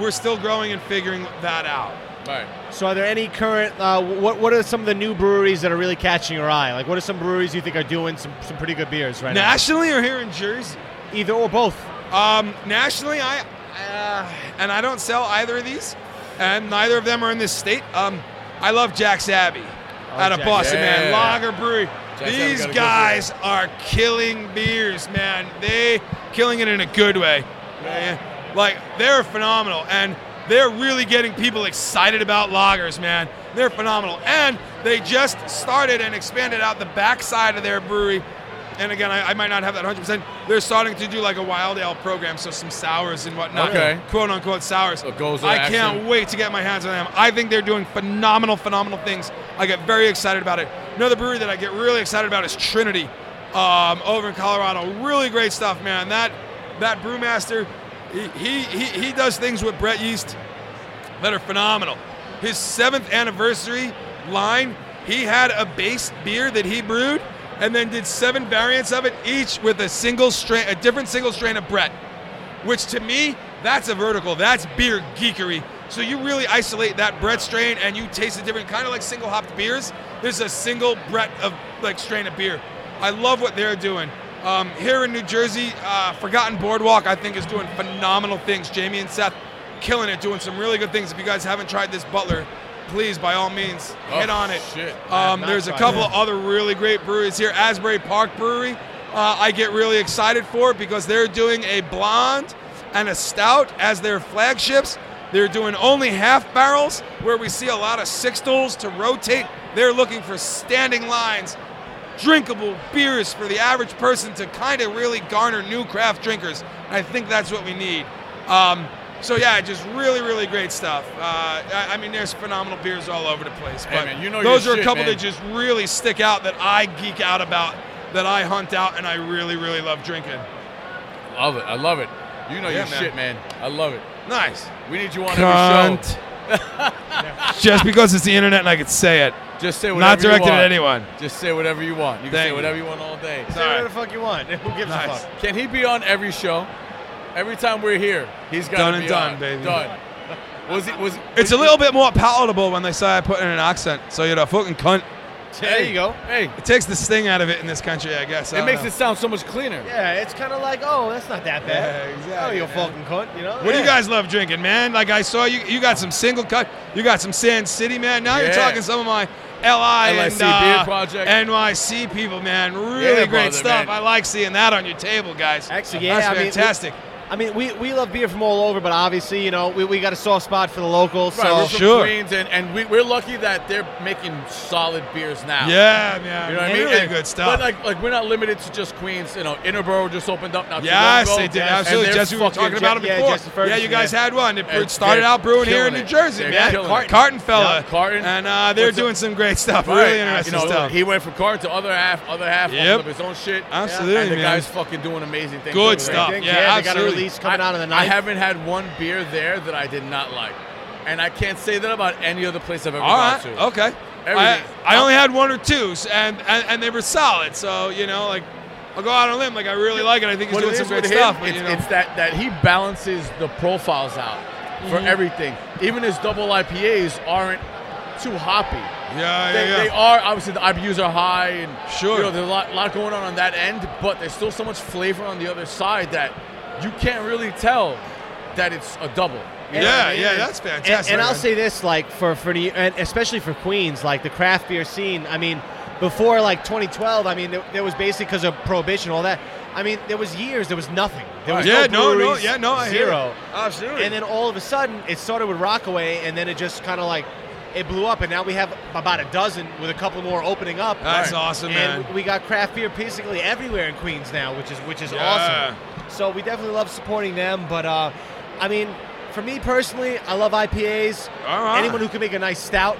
Speaker 7: We're still growing and figuring that out.
Speaker 2: Right.
Speaker 3: So, are there any current? Uh, what What are some of the new breweries that are really catching your eye? Like, what are some breweries you think are doing some, some pretty good beers right
Speaker 7: Nationally or here in Jersey?
Speaker 3: now? Either or both.
Speaker 7: Um, nationally, I uh, and I don't sell either of these, and neither of them are in this state. Um, I love Jack's Abbey out of
Speaker 3: Jack's
Speaker 7: Boston, man.
Speaker 2: Oh, Yeah.
Speaker 7: Lager brewery.
Speaker 2: Jack's Abbey
Speaker 7: These
Speaker 2: got a good
Speaker 7: guys are killing beers, man. They killing it in a good way. man. Like they're phenomenal, and they're really getting people excited about lagers, man. They're phenomenal, and they just started and expanded out the backside of their brewery. And again, I, I might not have that 100%. They're starting to do like a wild ale program, so some sours and whatnot.
Speaker 2: Okay.
Speaker 7: Quote unquote sours.
Speaker 2: So it goes with
Speaker 7: I
Speaker 2: action.
Speaker 7: can't wait to get my hands on them. I think they're doing phenomenal, phenomenal things. I get very excited about it. Another brewery that I get really excited about is Trinity, um, over in Colorado. Really great stuff, man. That that brewmaster, he he he, he does things with Brett Yeast that are phenomenal. His seventh anniversary line, he had a base beer that he brewed, and then did seven variants of it, each with a single strain, a different single strain of Brett which to me, that's a vertical. That's beer geekery. So you really isolate that Brett strain and you taste the different, kind of like single hopped beers. There's a single Brett of like strain of beer. I love what they're doing. Um, here in New Jersey, uh, Forgotten Boardwalk, I think, is doing phenomenal things. Jamie and Seth killing it, doing some really good things. If you guys haven't tried this Butler, please, by all means,
Speaker 2: Oh,
Speaker 7: hit on it.
Speaker 2: shit. I have
Speaker 7: Um,
Speaker 2: not
Speaker 7: there's a
Speaker 2: tried
Speaker 7: couple
Speaker 2: it.
Speaker 7: of other really great breweries here. Asbury Park Brewery, uh, I get really excited for because they're doing a blonde and a stout as their flagships. They're doing only half barrels where we see a lot of sixtals to rotate. They're looking for standing lines, drinkable beers for the average person to kind of really garner new craft drinkers. I think that's what we need. Um, so yeah, just really, really great stuff. Uh, I, I mean, there's phenomenal beers all over the place.
Speaker 2: Hey,
Speaker 7: but
Speaker 2: man, you know
Speaker 7: those
Speaker 2: your
Speaker 7: are a
Speaker 2: shit,
Speaker 7: couple
Speaker 2: man.
Speaker 7: that just really stick out that I geek out about, that I hunt out, and I really, really love drinking.
Speaker 2: Love it. I love it. You know
Speaker 7: Yeah,
Speaker 2: your
Speaker 7: man.
Speaker 2: shit, man. I love it.
Speaker 7: Nice.
Speaker 2: We need you on every show.
Speaker 7: Cunt. [laughs] just because it's the internet and I could say it.
Speaker 2: Just say whatever
Speaker 7: Not directed
Speaker 2: you want.
Speaker 7: at anyone.
Speaker 2: Just say whatever you want. You can
Speaker 7: Thank
Speaker 2: say
Speaker 7: you.
Speaker 2: whatever you want all day.
Speaker 3: Say whatever the fuck you want. [laughs] Who gives a
Speaker 7: Nice.
Speaker 3: fuck?
Speaker 2: Can he be on every show? Every time we're here, he's got
Speaker 7: Done
Speaker 2: to
Speaker 7: and
Speaker 2: be
Speaker 7: done,
Speaker 2: on.
Speaker 7: baby.
Speaker 2: Done. Was it? Was
Speaker 7: It's a little bit more palatable when they say I put in an accent, so you're a fucking cunt.
Speaker 3: There you go.
Speaker 2: Hey,
Speaker 7: It takes the sting out of it in this country, I guess.
Speaker 2: it
Speaker 7: I don't
Speaker 2: makes
Speaker 7: know.
Speaker 2: it sound so much cleaner.
Speaker 3: Yeah, it's kind of like, oh, that's not that bad.
Speaker 7: Yeah,
Speaker 3: Oh,
Speaker 7: exactly,
Speaker 3: you
Speaker 7: man.
Speaker 3: fucking cunt. You know.
Speaker 7: What do you
Speaker 3: Yeah.
Speaker 7: guys love drinking, man? Like I saw you, you got some single cut, you got some Sand City, man. Now you're
Speaker 2: Yeah.
Speaker 7: talking some of my LI
Speaker 2: LIC
Speaker 7: and
Speaker 2: beer
Speaker 7: uh,
Speaker 2: project.
Speaker 7: NYC people, man. Really
Speaker 2: Yeah,
Speaker 7: great
Speaker 2: brother,
Speaker 7: stuff.
Speaker 2: man.
Speaker 7: I like seeing that on your table, guys.
Speaker 3: Actually, yeah,
Speaker 7: that's
Speaker 3: I mean, we-
Speaker 7: fantastic.
Speaker 3: I mean, we, we love beer from all over, but obviously, you know, we, we got a soft spot for the locals.
Speaker 2: Right, we're
Speaker 3: so
Speaker 2: from
Speaker 7: Sure.
Speaker 2: Queens, and, and we, we're lucky that they're making solid beers now.
Speaker 7: yeah, man.
Speaker 2: You know what I mean?
Speaker 7: Really
Speaker 2: And-
Speaker 7: good stuff.
Speaker 2: But like, like we're not limited to just Queens. You know, Innerborough just opened up now. two
Speaker 7: yes,
Speaker 2: months ago,
Speaker 7: they did.
Speaker 2: and
Speaker 7: Absolutely.
Speaker 2: they're
Speaker 7: Jesse, we were
Speaker 2: fucking
Speaker 7: talking about it
Speaker 2: jet-
Speaker 3: yeah,
Speaker 7: before.
Speaker 3: Jesse Ferguson,
Speaker 7: you guys
Speaker 3: yeah.
Speaker 7: had one. It
Speaker 2: And
Speaker 7: started
Speaker 2: they're
Speaker 7: out brewing here in New
Speaker 2: killing it.
Speaker 7: Jersey,
Speaker 2: They're
Speaker 7: man.
Speaker 2: killing
Speaker 7: Carton.
Speaker 2: it.
Speaker 7: fella.
Speaker 2: Yeah, Carton.
Speaker 7: And uh, they're
Speaker 2: What's
Speaker 7: doing
Speaker 2: up?
Speaker 7: some great stuff.
Speaker 2: Right.
Speaker 7: Really interesting
Speaker 2: you know,
Speaker 7: stuff.
Speaker 2: He went from card to other half, other half
Speaker 7: Yep.
Speaker 2: of his own shit.
Speaker 7: Absolutely,
Speaker 2: And the
Speaker 7: man.
Speaker 2: guy's fucking doing amazing things.
Speaker 7: Good
Speaker 2: over there.
Speaker 7: stuff.
Speaker 3: Think,
Speaker 7: Yeah,
Speaker 3: they got a
Speaker 7: absolutely.
Speaker 3: release coming out on the
Speaker 2: I
Speaker 3: night.
Speaker 2: haven't had one beer there that I did not like, and I can't say that about any other place I've ever
Speaker 7: All
Speaker 2: gone
Speaker 7: right.
Speaker 2: to.
Speaker 7: Okay. I,
Speaker 2: Everything.
Speaker 7: I only had one or two, s- and, and and they were solid. So you know, like I'll go out on a limb. Like I really like it. I think he's
Speaker 2: What it
Speaker 7: doing
Speaker 2: is
Speaker 7: some
Speaker 2: with
Speaker 7: great
Speaker 2: him,
Speaker 7: stuff. But
Speaker 2: it's,
Speaker 7: you know,
Speaker 2: it's that that he balances the profiles out for
Speaker 7: Mm-hmm.
Speaker 2: everything. Even his double IPAs aren't too hoppy.
Speaker 7: yeah,
Speaker 2: They,
Speaker 7: yeah,
Speaker 2: they
Speaker 7: yeah.
Speaker 2: are obviously the IBUs are high and
Speaker 7: Sure.
Speaker 2: you know, there's a lot, lot going on on that end, but there's still so much flavor on the other side that you can't really tell that it's a double. You know what
Speaker 7: Yeah,
Speaker 2: I mean?
Speaker 7: yeah,
Speaker 2: And-
Speaker 7: that's
Speaker 3: and,
Speaker 7: fantastic.
Speaker 3: and I'll
Speaker 7: man.
Speaker 3: say this, like for for the and especially for Queens, like the craft beer scene. I mean, before like 2012, I mean, there, there was basically because of prohibition, all that. I mean, there was years there was nothing. There was
Speaker 7: yeah,
Speaker 3: no,
Speaker 7: no, no,
Speaker 3: breweries,
Speaker 7: yeah, no, I hear
Speaker 3: zero.
Speaker 7: it. Uh, Absolutely.
Speaker 3: And then all of a sudden, it started with Rockaway, and then it just kind of like it blew up, and now we have about a dozen with a couple more opening up.
Speaker 7: That's awesome,
Speaker 3: and
Speaker 7: man.
Speaker 3: we got craft beer basically everywhere in Queens now, which is which is
Speaker 7: Yeah.
Speaker 3: awesome. So we definitely love supporting them, but uh, I mean, for me personally, I love IPAs.
Speaker 7: All right.
Speaker 3: Anyone who can make a nice stout,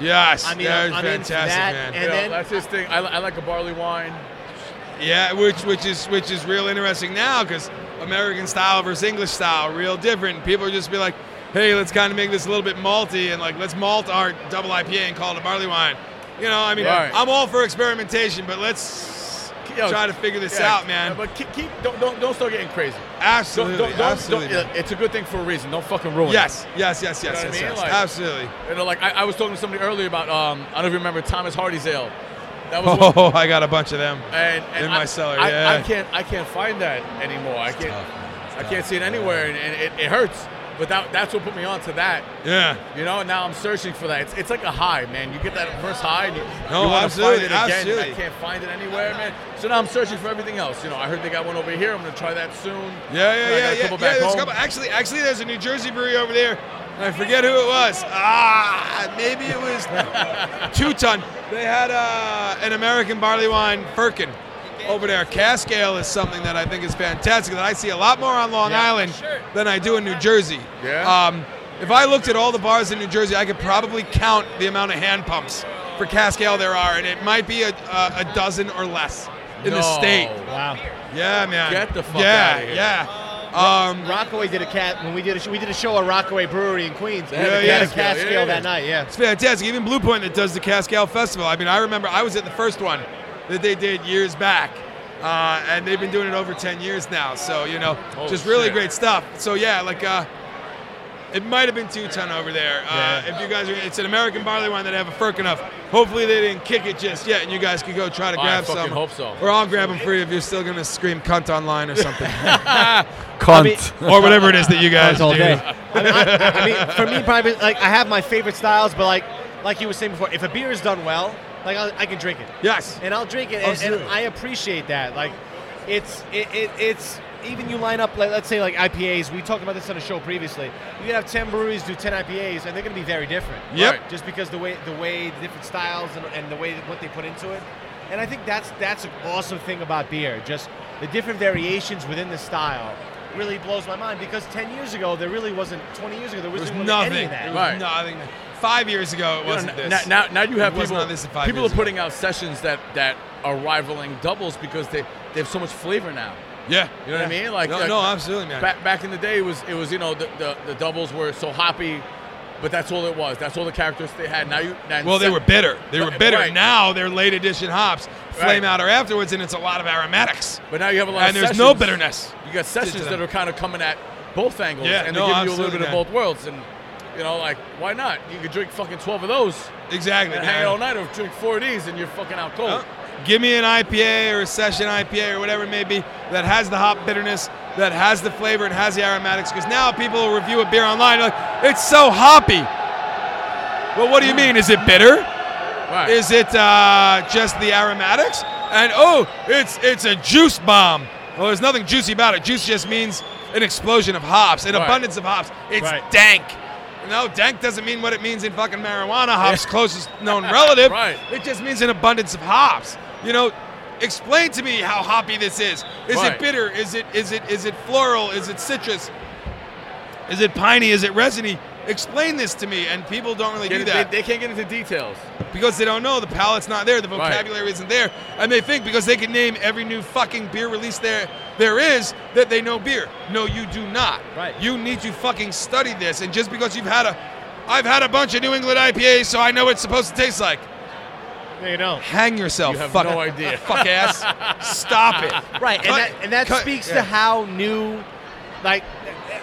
Speaker 7: yes,
Speaker 3: I mean,
Speaker 7: that
Speaker 3: I'm-
Speaker 7: is
Speaker 3: I'm in for
Speaker 7: fantastic,
Speaker 3: that
Speaker 7: man.
Speaker 3: and-
Speaker 2: You know,
Speaker 3: then-
Speaker 2: that's his thing. I, li- I like a barley wine.
Speaker 7: Yeah, which which is which is real interesting now because American style versus English style, real different. People just be like, hey, let's kind of make this a little bit malty and like let's malt our double IPA and call it a barley wine. You know, I mean,
Speaker 2: Right.
Speaker 7: I'm all for experimentation, but let's
Speaker 2: Yo,
Speaker 7: try to figure this
Speaker 2: yeah,
Speaker 7: out, man.
Speaker 2: yeah, but keep, keep don't, don't don't start getting crazy. Don't-
Speaker 7: absolutely,
Speaker 2: don't- don't-
Speaker 7: absolutely.
Speaker 2: don't- it's a good thing for a reason. Don't fucking ruin
Speaker 7: yes, yes, yes, yes,
Speaker 2: know what I
Speaker 7: yes,
Speaker 2: mean?
Speaker 7: yes,
Speaker 2: Like-
Speaker 7: absolutely.
Speaker 2: it. You know, uh, like I, I was talking to somebody earlier about um, I don't know if you remember Thomas Hardy's ale. That was one-
Speaker 7: [laughs] Oh, I got a bunch of them.
Speaker 2: and, and
Speaker 7: in
Speaker 2: I,
Speaker 7: my cellar,
Speaker 2: I, I
Speaker 7: yeah.
Speaker 2: can't I can't find that anymore. I can't. I can't see it anywhere, and, and it, it hurts. But that, that's what put me on to that.
Speaker 7: Yeah.
Speaker 2: You know, now I'm searching for that. It's, it's like a high, man. You get that first high, and you,
Speaker 7: No,
Speaker 2: you wanna
Speaker 7: absolutely,
Speaker 2: find it again.
Speaker 7: absolutely.
Speaker 2: I can't find it anywhere, man. So now I'm searching for everything else. You know, I heard they got one over here. I'm gonna try that soon. Then
Speaker 7: Yeah,
Speaker 2: I
Speaker 7: yeah, yeah,
Speaker 2: gotta couple
Speaker 7: yeah. yeah
Speaker 2: back
Speaker 7: there's a
Speaker 2: home.
Speaker 7: couple, actually, actually, there's a New Jersey brewery over there. and I forget who it was. Ah, maybe it
Speaker 2: [laughs]
Speaker 7: was Two Ton. They had uh, an American barley wine firkin over there. Cask ale is something that I think is fantastic that I see a lot more on Long Island than I do in New Jersey.
Speaker 2: Yeah.
Speaker 7: Um, if I looked at all the bars in New Jersey, I could probably count the amount of hand pumps for cask ale there are, and it might be a, a, a dozen or less in the
Speaker 2: No.
Speaker 7: state.
Speaker 3: Wow.
Speaker 7: Yeah, man.
Speaker 2: Get the fuck
Speaker 7: yeah,
Speaker 2: outta here.
Speaker 7: Yeah. Um,
Speaker 3: Rockaway did a cat when we did a sh- we did a show at Rockaway Brewery in Queens.
Speaker 2: They had
Speaker 7: a
Speaker 3: we had a
Speaker 7: Catskill,
Speaker 3: cat
Speaker 2: yeah,
Speaker 3: scale
Speaker 2: yeah.
Speaker 3: that night. Yeah.
Speaker 7: it's fantastic. Even Blue Point that does the Cascal Festival. I mean, I remember I was at the first one that they did years back, uh, and they've been doing it over 10 years now. So you know,
Speaker 2: Holy
Speaker 7: just really
Speaker 2: shit.
Speaker 7: great stuff. So yeah, like uh, it might have been two ton over there. Uh, If you guys are, it's an American barley wine that I have a firkin of. Hopefully they didn't kick it just yet, and you guys could go try to
Speaker 2: I
Speaker 7: grab
Speaker 2: fucking
Speaker 7: some.
Speaker 2: hope so.
Speaker 7: Or I'll grab them for you if you're still gonna scream cunt online
Speaker 3: [laughs]
Speaker 7: or something,
Speaker 2: Cunt.
Speaker 7: or whatever it is that you guys
Speaker 3: all
Speaker 7: do.
Speaker 3: day. I mean, I, I mean, for me, probably like I have my favorite styles, but like like you were saying before, if a beer is done well, like I'll, I can drink it,
Speaker 7: Yes.
Speaker 3: and I'll drink it, and, and
Speaker 7: Absolutely.
Speaker 3: I appreciate that. Like, it's it, it it's even you line up like let's say like IPAs. We talked about this on a show previously. You can have ten breweries do ten IPAs, and they're going to be very different.
Speaker 7: Yep.
Speaker 2: Right.
Speaker 3: Just because the way the way the different styles and, and the way that- what they put into it, and I think that's that's an awesome thing about beer. Just the different variations within the style really blows my mind because 10 years ago there really wasn't 20 years ago there
Speaker 7: It was
Speaker 3: wasn't really any
Speaker 7: nothing.
Speaker 3: of that
Speaker 7: It was
Speaker 2: Right.
Speaker 7: nothing. Five years ago, it
Speaker 2: You know,
Speaker 7: wasn't
Speaker 2: n-
Speaker 7: this.
Speaker 2: Now, now, now you have
Speaker 7: It was
Speaker 2: people.
Speaker 7: not this in five
Speaker 2: people
Speaker 7: years
Speaker 2: are putting out sessions that that are rivaling doubles because they they have so much flavor now.
Speaker 7: yeah.
Speaker 2: You know what I mean? Like,
Speaker 7: no,
Speaker 2: like
Speaker 7: no, absolutely, man.
Speaker 2: Back, back in the day, it was it was you know the, the, the doubles were so hoppy, but that's all it was. That's all the characters they had. Now you now
Speaker 7: well, they were bitter. They were
Speaker 2: Right,
Speaker 7: bitter.
Speaker 2: right.
Speaker 7: Now they're late edition hops, flame
Speaker 2: Right.
Speaker 7: outer afterwards, and it's a lot of aromatics.
Speaker 2: but now you have a lot
Speaker 7: And
Speaker 2: of
Speaker 7: there's no
Speaker 2: sessions.
Speaker 7: bitterness.
Speaker 2: You got sessions
Speaker 7: them.
Speaker 2: that are kind of coming at both angles,
Speaker 7: Yeah,
Speaker 2: and
Speaker 7: no,
Speaker 2: they give you a little bit
Speaker 7: absolutely,
Speaker 2: of
Speaker 7: man.
Speaker 2: both worlds. And you know, like why not? You could drink fucking twelve of those
Speaker 7: Exactly.
Speaker 2: and
Speaker 7: man.
Speaker 2: hang out all night, or drink four of these, and you're fucking out cold.
Speaker 7: Huh? Give me an IPA or a session IPA or whatever it may be that has the hop bitterness, that has the flavor, and has the aromatics. Because now people will review a beer online like, it's so hoppy. Well, what do you mean? Is it bitter?
Speaker 2: Right.
Speaker 7: Is it uh, just the aromatics? And oh, it's it's a juice bomb. Well, there's nothing juicy about it. Juice just means an explosion of hops, an
Speaker 2: Right.
Speaker 7: abundance of hops. It's
Speaker 3: Right.
Speaker 7: dank. No, dank doesn't mean what it means in fucking marijuana hops, closest known relative.
Speaker 2: [laughs] Right.
Speaker 7: It just means an abundance of hops. You know, explain to me how hoppy this is. Is
Speaker 2: Right.
Speaker 7: it bitter? Is it is it is it floral? Is it citrus? Is it piney? Is it resiny? Explain this to me, and people don't really
Speaker 2: Get
Speaker 7: do
Speaker 2: it-
Speaker 7: that
Speaker 2: They, they can't get into details.
Speaker 7: because they don't know the palate's not there, the
Speaker 2: Right.
Speaker 7: vocabulary isn't there, and they think because they can name every new fucking beer release there there is that they know beer. No, you do not.
Speaker 3: Right.
Speaker 7: You need to fucking study this, and just because you've had a, I've had a bunch of New England IPAs, so I know what it's supposed to taste like.
Speaker 3: no you don't
Speaker 7: Hang yourself,
Speaker 2: You have
Speaker 7: fuck,
Speaker 2: no
Speaker 7: [laughs]
Speaker 2: idea.
Speaker 7: fuck ass.
Speaker 2: [laughs]
Speaker 7: Stop it.
Speaker 3: right and
Speaker 7: Cut-
Speaker 3: that, and that
Speaker 7: cut-
Speaker 3: speaks
Speaker 7: yeah.
Speaker 3: to how new like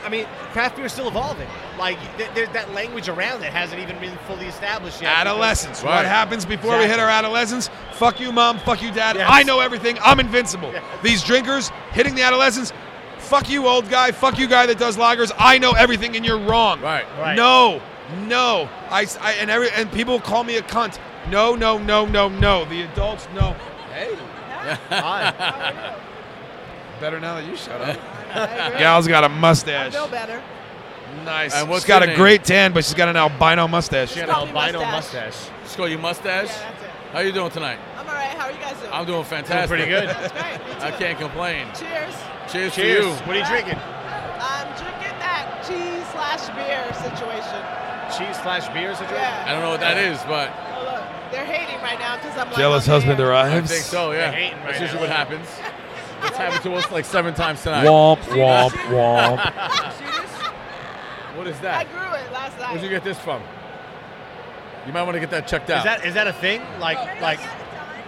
Speaker 3: i mean craft beer is still evolving like th- there's that language around it hasn't even been fully established yet
Speaker 7: Adolescence. What
Speaker 2: Right.
Speaker 7: happens before we hit
Speaker 3: Exactly.
Speaker 7: our adolescence? Fuck you, mom. Fuck you, dad.
Speaker 3: Yes.
Speaker 7: I know everything. I'm invincible. These drinkers hitting the adolescence. Fuck you, old guy. Fuck you, guy that does lagers. I know everything, and you're wrong.
Speaker 2: Right.
Speaker 3: Right.
Speaker 7: No, no. I, I and every and people call me a cunt. No, no, no, no, no. The adults know. Hey,
Speaker 3: Hi.
Speaker 2: [laughs]
Speaker 7: better now that you shut up.
Speaker 2: [laughs]
Speaker 7: Gal's got a mustache.
Speaker 8: Feel better.
Speaker 7: Nice.
Speaker 2: And what's
Speaker 7: she's got
Speaker 2: her
Speaker 7: a
Speaker 2: name?
Speaker 7: great tan, but she's got an albino mustache.
Speaker 3: Got an
Speaker 8: Probably
Speaker 3: albino
Speaker 8: mustache.
Speaker 3: mustache
Speaker 2: Score your mustache.
Speaker 8: Yeah, that's it.
Speaker 2: How you doing tonight?
Speaker 8: I'm all right. How are you guys doing?
Speaker 4: [laughs]
Speaker 2: I'm doing fantastic.
Speaker 3: pretty good
Speaker 8: That's great. Me too.
Speaker 2: I can't complain.
Speaker 8: Cheers.
Speaker 3: cheers
Speaker 2: Cheers, to you.
Speaker 3: what are you drinking
Speaker 4: Um,
Speaker 8: I'm drinking that cheese slash beer situation.
Speaker 3: cheese slash beer situation
Speaker 8: Yeah.
Speaker 2: I don't know what that is, but
Speaker 8: Oh, look. They're hating right now because I'm like
Speaker 7: Jealous
Speaker 8: on the
Speaker 7: husband
Speaker 8: air.
Speaker 2: I
Speaker 7: arrives.
Speaker 2: think so. Yeah,
Speaker 3: They're hating right
Speaker 2: that's usually
Speaker 3: now.
Speaker 2: what happens. It's happened to us like seven times tonight.
Speaker 7: Womp womp
Speaker 2: [laughs]
Speaker 7: womp.
Speaker 2: What is
Speaker 8: I
Speaker 2: that?
Speaker 8: grew it last night.
Speaker 2: Where'd you get this from? You might want to get that checked out.
Speaker 3: is that is that a thing like like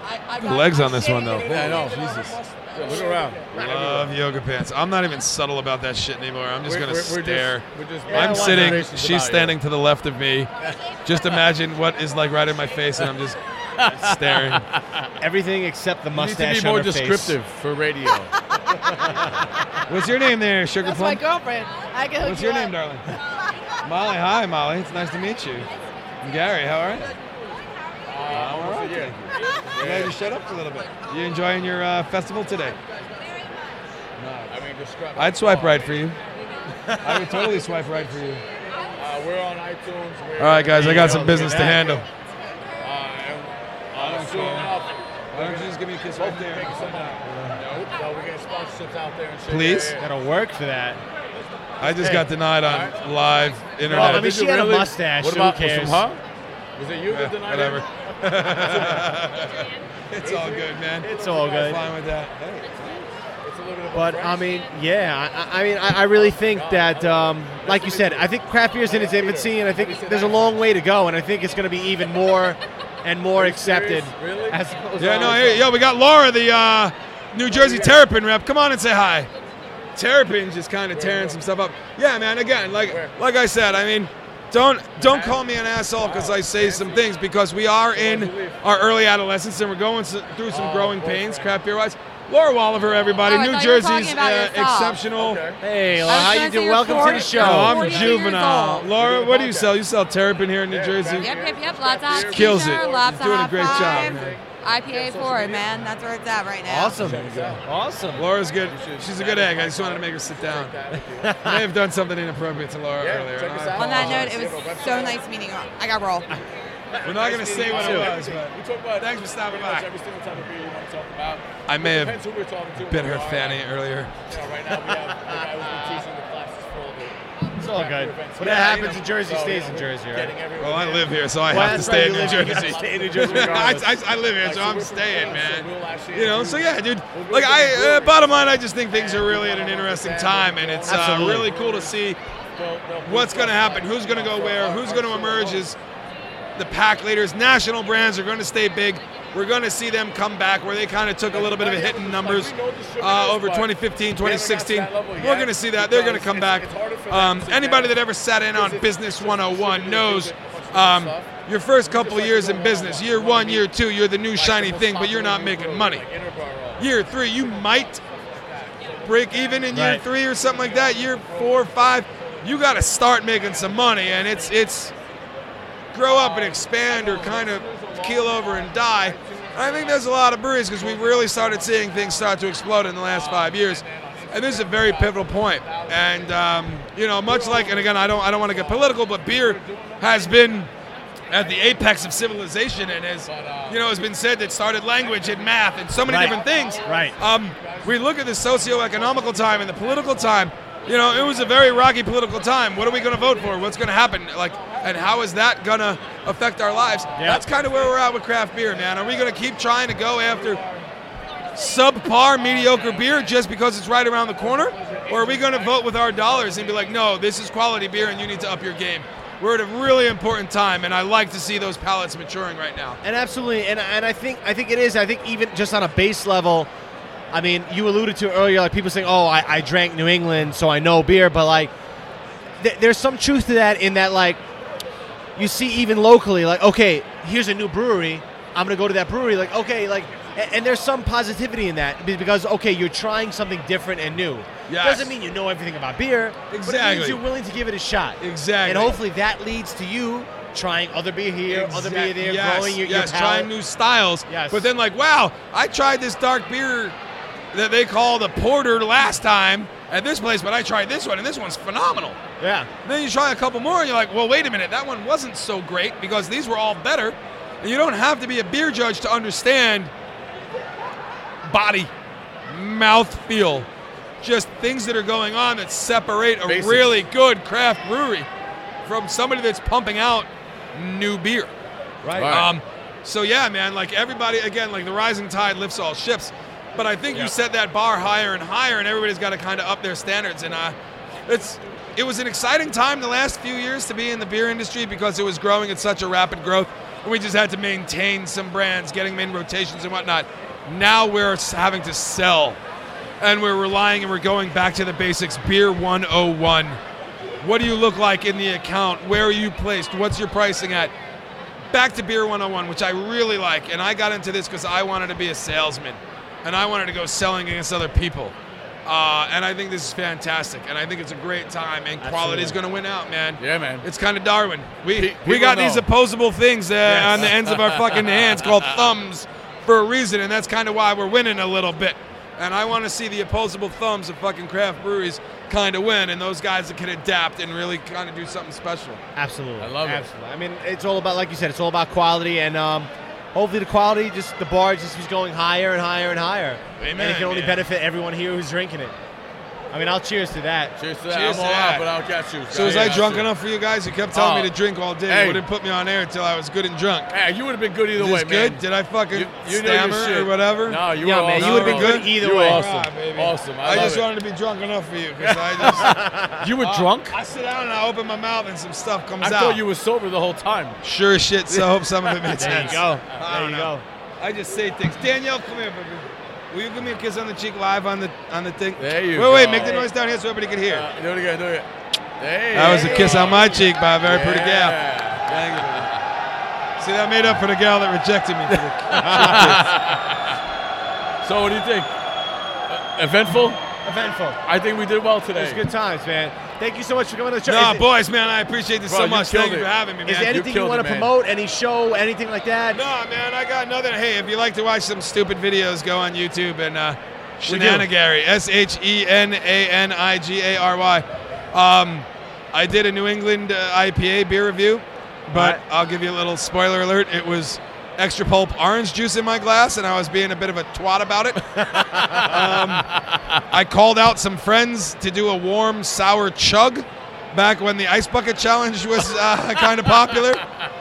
Speaker 8: I, I got
Speaker 7: Legs on this one though.
Speaker 2: yeah, I know. Jesus. Yeah, look around.
Speaker 7: Love yoga pants. I'm not even subtle about that shit anymore. I'm just
Speaker 2: We're-
Speaker 7: gonna
Speaker 2: we're- we're just-
Speaker 7: stare.
Speaker 2: we're just-
Speaker 7: I'm
Speaker 2: Yeah,
Speaker 7: sitting.
Speaker 2: observations about
Speaker 7: She's
Speaker 2: you.
Speaker 7: standing to the left of me. Just imagine what is like right in my face, and I'm just staring. [laughs]
Speaker 3: everything except the
Speaker 2: You need
Speaker 3: mustache
Speaker 2: to be more
Speaker 3: on her face.
Speaker 7: [laughs]
Speaker 2: descriptive for radio.
Speaker 7: What's your name there, Sugar
Speaker 8: That's my
Speaker 7: Plum?
Speaker 8: girlfriend. I can hook
Speaker 7: What's
Speaker 8: you
Speaker 7: your name,
Speaker 8: up. [laughs]
Speaker 7: darling? Molly. Hi, Molly. It's nice to meet you. And Gary, how are you? Uh,
Speaker 2: all right.
Speaker 7: Glad you shut up a little bit. You enjoying your uh, festival today?
Speaker 2: I mean, describe.
Speaker 7: I'd swipe right for you. I would totally swipe right for you.
Speaker 2: Uh, we're on iTunes. We're
Speaker 7: [laughs] All right, guys. I got some business to handle.
Speaker 2: Uh, and, uh, soon enough,
Speaker 7: Why don't you just give me a kiss right
Speaker 2: hopefully
Speaker 7: there?
Speaker 2: make some uh, nope, uh, we get sponsorships out there and shit.
Speaker 7: Please?
Speaker 2: Yeah, yeah.
Speaker 3: Gotta work for that.
Speaker 7: I just got denied on live internet.
Speaker 3: I mean,
Speaker 2: Did you
Speaker 3: she had a
Speaker 2: really?
Speaker 3: mustache,
Speaker 2: What
Speaker 3: who
Speaker 2: about was
Speaker 3: cares?
Speaker 2: from her? Was it you
Speaker 7: Yeah,
Speaker 2: that denied
Speaker 7: whatever.
Speaker 2: [laughs]
Speaker 7: [laughs]
Speaker 2: it?
Speaker 7: it's all good, man.
Speaker 3: It's all
Speaker 7: I'm
Speaker 3: good.
Speaker 7: fine with that. Hey,
Speaker 2: It's a little bit of a
Speaker 3: But I
Speaker 2: French.
Speaker 3: mean, yeah, I, I mean, I, I really think that, um, like you said, I think craft beer's in its infancy, and I think there's a long way to go, and I think it's going to be even more and more accepted.
Speaker 2: Really?
Speaker 3: As it goes
Speaker 7: yeah,
Speaker 3: on.
Speaker 7: no, hey, yo, we got Laura, the uh, New Jersey Terrapin rep. Come on and say hi. Terrapin's just kind of tearing some stuff up. Yeah, man. Again, like like I said, I mean, don't don't call me an asshole because I say some things because we are in our early adolescence and we're going s- through some growing pains, craft beer wise. Laura Walliver, everybody,
Speaker 9: Oh, I
Speaker 7: New
Speaker 9: thought you were talking
Speaker 7: Jersey's
Speaker 9: about
Speaker 7: uh,
Speaker 9: yourself.
Speaker 7: exceptional.
Speaker 3: Hey,
Speaker 9: I was
Speaker 3: how you
Speaker 9: gonna say
Speaker 3: doing?
Speaker 9: you're
Speaker 3: Welcome to
Speaker 9: 40
Speaker 3: the
Speaker 7: No,
Speaker 9: Oh,
Speaker 3: show.
Speaker 7: I'm
Speaker 9: 42 years
Speaker 7: juvenile.
Speaker 9: old.
Speaker 7: Laura, what do you sell? You sell terrapin here in New Jersey.
Speaker 9: Yep, yep, yep. Lots of hot
Speaker 7: Kills
Speaker 9: Caesar,
Speaker 7: it.
Speaker 9: Lots
Speaker 7: You're doing
Speaker 9: of
Speaker 7: a
Speaker 9: hot
Speaker 7: great job,
Speaker 9: five.
Speaker 7: man.
Speaker 9: IPA for it, man. That's where it's at right now.
Speaker 3: Awesome, awesome.
Speaker 7: Laura's good. She's a good egg. I just wanted to make her
Speaker 2: [laughs]
Speaker 7: sit down. I may have done something inappropriate to Laura earlier.
Speaker 2: check us
Speaker 7: and I
Speaker 2: out.
Speaker 9: On that note,
Speaker 7: apologize.
Speaker 9: it was so nice meeting you. I got roll.
Speaker 7: We're not going to say what it was, but
Speaker 2: we talk about
Speaker 7: thanks for stopping
Speaker 2: pretty much
Speaker 7: by.
Speaker 2: Every single type of beer you want to talk about.
Speaker 7: I may
Speaker 2: Depends
Speaker 7: have
Speaker 2: who we're talking to.
Speaker 7: bit
Speaker 2: where
Speaker 7: her
Speaker 2: we are.
Speaker 7: fanny earlier.
Speaker 2: You know, right now we have the guy who's been teaching the classes full of it.
Speaker 3: It's all good. Whatever
Speaker 7: Yeah, you
Speaker 3: happens
Speaker 7: know.
Speaker 3: in Jersey
Speaker 2: So,
Speaker 3: stays
Speaker 2: Oh, yeah,
Speaker 3: in
Speaker 2: we're
Speaker 3: Jersey,
Speaker 2: Getting
Speaker 3: right?
Speaker 2: everywhere.
Speaker 7: Well, I live here, so I
Speaker 3: Well,
Speaker 7: have
Speaker 3: that's
Speaker 7: to
Speaker 3: right,
Speaker 7: stay in
Speaker 3: you
Speaker 7: New
Speaker 3: live here, you
Speaker 2: [laughs]
Speaker 7: Jersey.
Speaker 3: gotta stay in New Jersey
Speaker 7: [laughs] I,
Speaker 3: regardless.
Speaker 7: I, I live here, so
Speaker 2: so
Speaker 7: I'm
Speaker 2: we're from
Speaker 7: staying,
Speaker 2: Queens, so
Speaker 7: man.
Speaker 2: we'll actually
Speaker 7: you know,
Speaker 2: have
Speaker 7: so
Speaker 2: to-
Speaker 7: yeah, dude.
Speaker 2: we'll go
Speaker 7: Like
Speaker 2: to
Speaker 7: I, uh,
Speaker 2: breweries
Speaker 7: bottom line, I just think things
Speaker 2: and
Speaker 7: are really
Speaker 2: people
Speaker 7: at an
Speaker 2: have all the
Speaker 7: interesting
Speaker 2: families
Speaker 7: time,
Speaker 2: and
Speaker 7: and it's
Speaker 2: all
Speaker 7: uh,
Speaker 3: Absolutely.
Speaker 7: really cool to see
Speaker 2: They'll- they'll boost
Speaker 7: what's going to
Speaker 2: us
Speaker 7: happen,
Speaker 2: up.
Speaker 7: who's going to go
Speaker 2: So
Speaker 7: where,
Speaker 2: our-
Speaker 7: who's
Speaker 2: our
Speaker 7: going to
Speaker 2: show
Speaker 7: emerge
Speaker 2: alone.
Speaker 7: as the pack leaders. National brands are going to stay big. We're going to see them come back where they kind of took a little bit of a hit in numbers uh, over 2015, 2016. We're going to see that. They're going to come back. Um, anybody that ever sat in on Business 101 knows um, your first couple years in business, year one, year two, you're the new shiny thing, but you're not making money. Year three, you might break even in year
Speaker 3: Right.
Speaker 7: three or something like that. Year four, five, you got to start making some money, and it's it's grow up and expand or kind of keel over and die. I think there's a lot of breweries because we really started seeing things start to explode in the last five years, and this is a very pivotal point. And um, you know, much like, and again, I don't I don't want to get political, but beer has been at the apex of civilization and has you know has been said that started language and math and so many
Speaker 3: uh, Right.
Speaker 7: different things
Speaker 3: Right.
Speaker 7: um, we look at the socio-economical time and the political time. You know, it was a very rocky political time. What are we going to vote for? What's going to happen? Like, and how is that going to affect our lives?
Speaker 3: Yeah.
Speaker 7: That's kind of where we're at with craft beer, man. Are we going to keep trying to go after subpar, mediocre beer just because it's right around the corner? Or are we going to vote with our dollars and be like, no, this is quality beer and you need to up your game? We're at a really important time, and I like to see those palates maturing right now.
Speaker 3: And absolutely, and and I think I think it is. I think even just on a base level, I mean, you alluded to earlier, like people saying, "Oh, I, I drank New England, so I know beer," but like, th- there's some truth to that in that like, you see even locally, like, okay, here's a new brewery, I'm gonna go to that brewery, like, okay, like, and, and there's some positivity in that be- because okay, you're trying something different and new.
Speaker 7: Yes.
Speaker 3: Doesn't mean you know everything about beer. But it
Speaker 7: Exactly.
Speaker 3: means you're willing to give it a shot.
Speaker 7: Exactly.
Speaker 3: And hopefully that leads to you trying other beer here other beer
Speaker 7: Exact-
Speaker 3: there,
Speaker 7: yes,
Speaker 3: growing your,
Speaker 7: yes,
Speaker 3: your palate.
Speaker 7: trying new styles.
Speaker 3: Yes.
Speaker 7: But then like, wow, I tried this dark beer that they call the porter last time at this place, but I tried this one and this one's phenomenal.
Speaker 3: yeah,
Speaker 7: And then you try a couple more and you're like, well, wait a minute, that one wasn't so great because these were all better. And you don't have to be a beer judge to understand body, mouth feel, just things that are going on that separate a
Speaker 2: Basics.
Speaker 7: really good craft brewery from somebody that's pumping out new beer.
Speaker 3: right.
Speaker 2: All right.
Speaker 7: Um, so yeah, man, like everybody again, like the rising tide lifts all ships. But I think you
Speaker 2: Yeah.
Speaker 7: set that bar higher and higher, and everybody's got to kind of up their standards. And uh, it's it was an exciting time the last few years to be in the beer industry because it was growing at such a rapid growth. And we just had to maintain some brands, getting them in rotations and whatnot. Now we're s- having to sell, and we're relying and we're going back to the basics. Beer 101. What do you look like in the account? Where are you placed? What's your pricing at? back to Beer 101, which I really like. And I got into this because I wanted to be a salesman and I wanted to go selling against other people. Uh, and I think this is fantastic. And I think it's a great time. And quality is going to win out, man.
Speaker 2: Yeah, man.
Speaker 7: It's kind of Darwin.
Speaker 2: Pe-
Speaker 7: We we
Speaker 2: people
Speaker 7: got these
Speaker 2: know.
Speaker 7: opposable things uh,
Speaker 2: Yes.
Speaker 7: on the ends of our fucking hands [laughs] called thumbs for a reason, and that's kind of why we're winning a little bit. And I want to see the opposable thumbs of fucking craft breweries kind of win, and those guys that can adapt and really kind of do something special.
Speaker 3: Absolutely.
Speaker 2: I love it.
Speaker 3: Absolutely. I mean, it's all about, like you said, it's all about quality, and um, hopefully the quality, just the bar, just keeps going higher and higher and higher.
Speaker 7: Amen,
Speaker 3: And it can only
Speaker 7: yeah.
Speaker 3: benefit everyone here who's drinking it. I mean, I'll cheers to that.
Speaker 2: Cheers to that. I'm
Speaker 7: Cheers to
Speaker 2: all
Speaker 7: that.
Speaker 2: out, but I'll catch you.
Speaker 7: So was
Speaker 2: Yeah,
Speaker 7: I
Speaker 2: I'll
Speaker 7: drunk
Speaker 2: see.
Speaker 7: enough for you guys? You kept telling me
Speaker 2: Oh.
Speaker 7: to drink all day.
Speaker 2: Hey.
Speaker 7: You wouldn't put me on air until I was good and drunk.
Speaker 2: Hey, you would have been good either
Speaker 7: Is this
Speaker 2: way, man.
Speaker 7: good? Did I fucking
Speaker 2: know your
Speaker 7: stammer
Speaker 2: shit.
Speaker 7: or whatever?
Speaker 2: No, you
Speaker 3: Yeah,
Speaker 2: were
Speaker 3: man,
Speaker 2: awesome.
Speaker 3: you would've been
Speaker 2: You were
Speaker 3: good either
Speaker 2: you
Speaker 3: way.
Speaker 2: Were
Speaker 7: Ah,
Speaker 2: awesome.
Speaker 7: baby.
Speaker 2: Awesome. I,
Speaker 7: I,
Speaker 2: love
Speaker 7: just
Speaker 2: it.
Speaker 7: wanted to be drunk enough for you because I
Speaker 2: [laughs]
Speaker 7: just
Speaker 2: You
Speaker 5: Uh,
Speaker 2: were drunk?
Speaker 7: I sit down and I open my mouth and some stuff comes
Speaker 2: I
Speaker 7: out.
Speaker 2: thought you were sober the whole time.
Speaker 7: Sure as shit, so I hope some of
Speaker 2: [laughs]
Speaker 7: it made
Speaker 3: There
Speaker 7: sense.
Speaker 3: you go.
Speaker 7: I
Speaker 3: There
Speaker 7: don't
Speaker 3: you
Speaker 7: know.
Speaker 3: go.
Speaker 7: I just say things. Danielle, come here, baby. Will you give me a kiss on the cheek live on the on the thing?
Speaker 2: There you
Speaker 7: wait, Wait,
Speaker 2: go.
Speaker 7: make the noise down here so everybody can hear.
Speaker 2: Uh, do it again. Do it again. Hey.
Speaker 7: that was a kiss on my cheek by a very pretty gal.
Speaker 2: Yeah.
Speaker 7: Thank you, baby. See, that made up for the gal that [laughs] rejected me. For the
Speaker 2: So what do you think? Uh, eventful?
Speaker 3: Eventful.
Speaker 2: I think we did well today.
Speaker 3: It's good times, man. Thank you so much for coming on the show.
Speaker 7: no,
Speaker 3: Is it-
Speaker 7: boys, man, I appreciate this
Speaker 2: Bro,
Speaker 7: so
Speaker 2: you
Speaker 7: much. Thank
Speaker 2: killed
Speaker 7: you
Speaker 2: it.
Speaker 7: for having me, man.
Speaker 3: Is there anything you,
Speaker 2: killed
Speaker 3: want
Speaker 2: it,
Speaker 3: to
Speaker 2: man.
Speaker 3: promote? Any show? Anything like that?
Speaker 7: No, man, I got nothing. Hey, if you like to watch some stupid videos, go on YouTube and uh, Shenanigary, S H E N A N I G A R Y. Um, I did a New England uh, IPA beer review, but I'll give you a little spoiler alert. It was extra pulp orange juice in my glass, and I was being a bit of a twat about it. um, I called out some friends to do a warm sour chug back when the ice bucket challenge was uh, [laughs] kind of popular,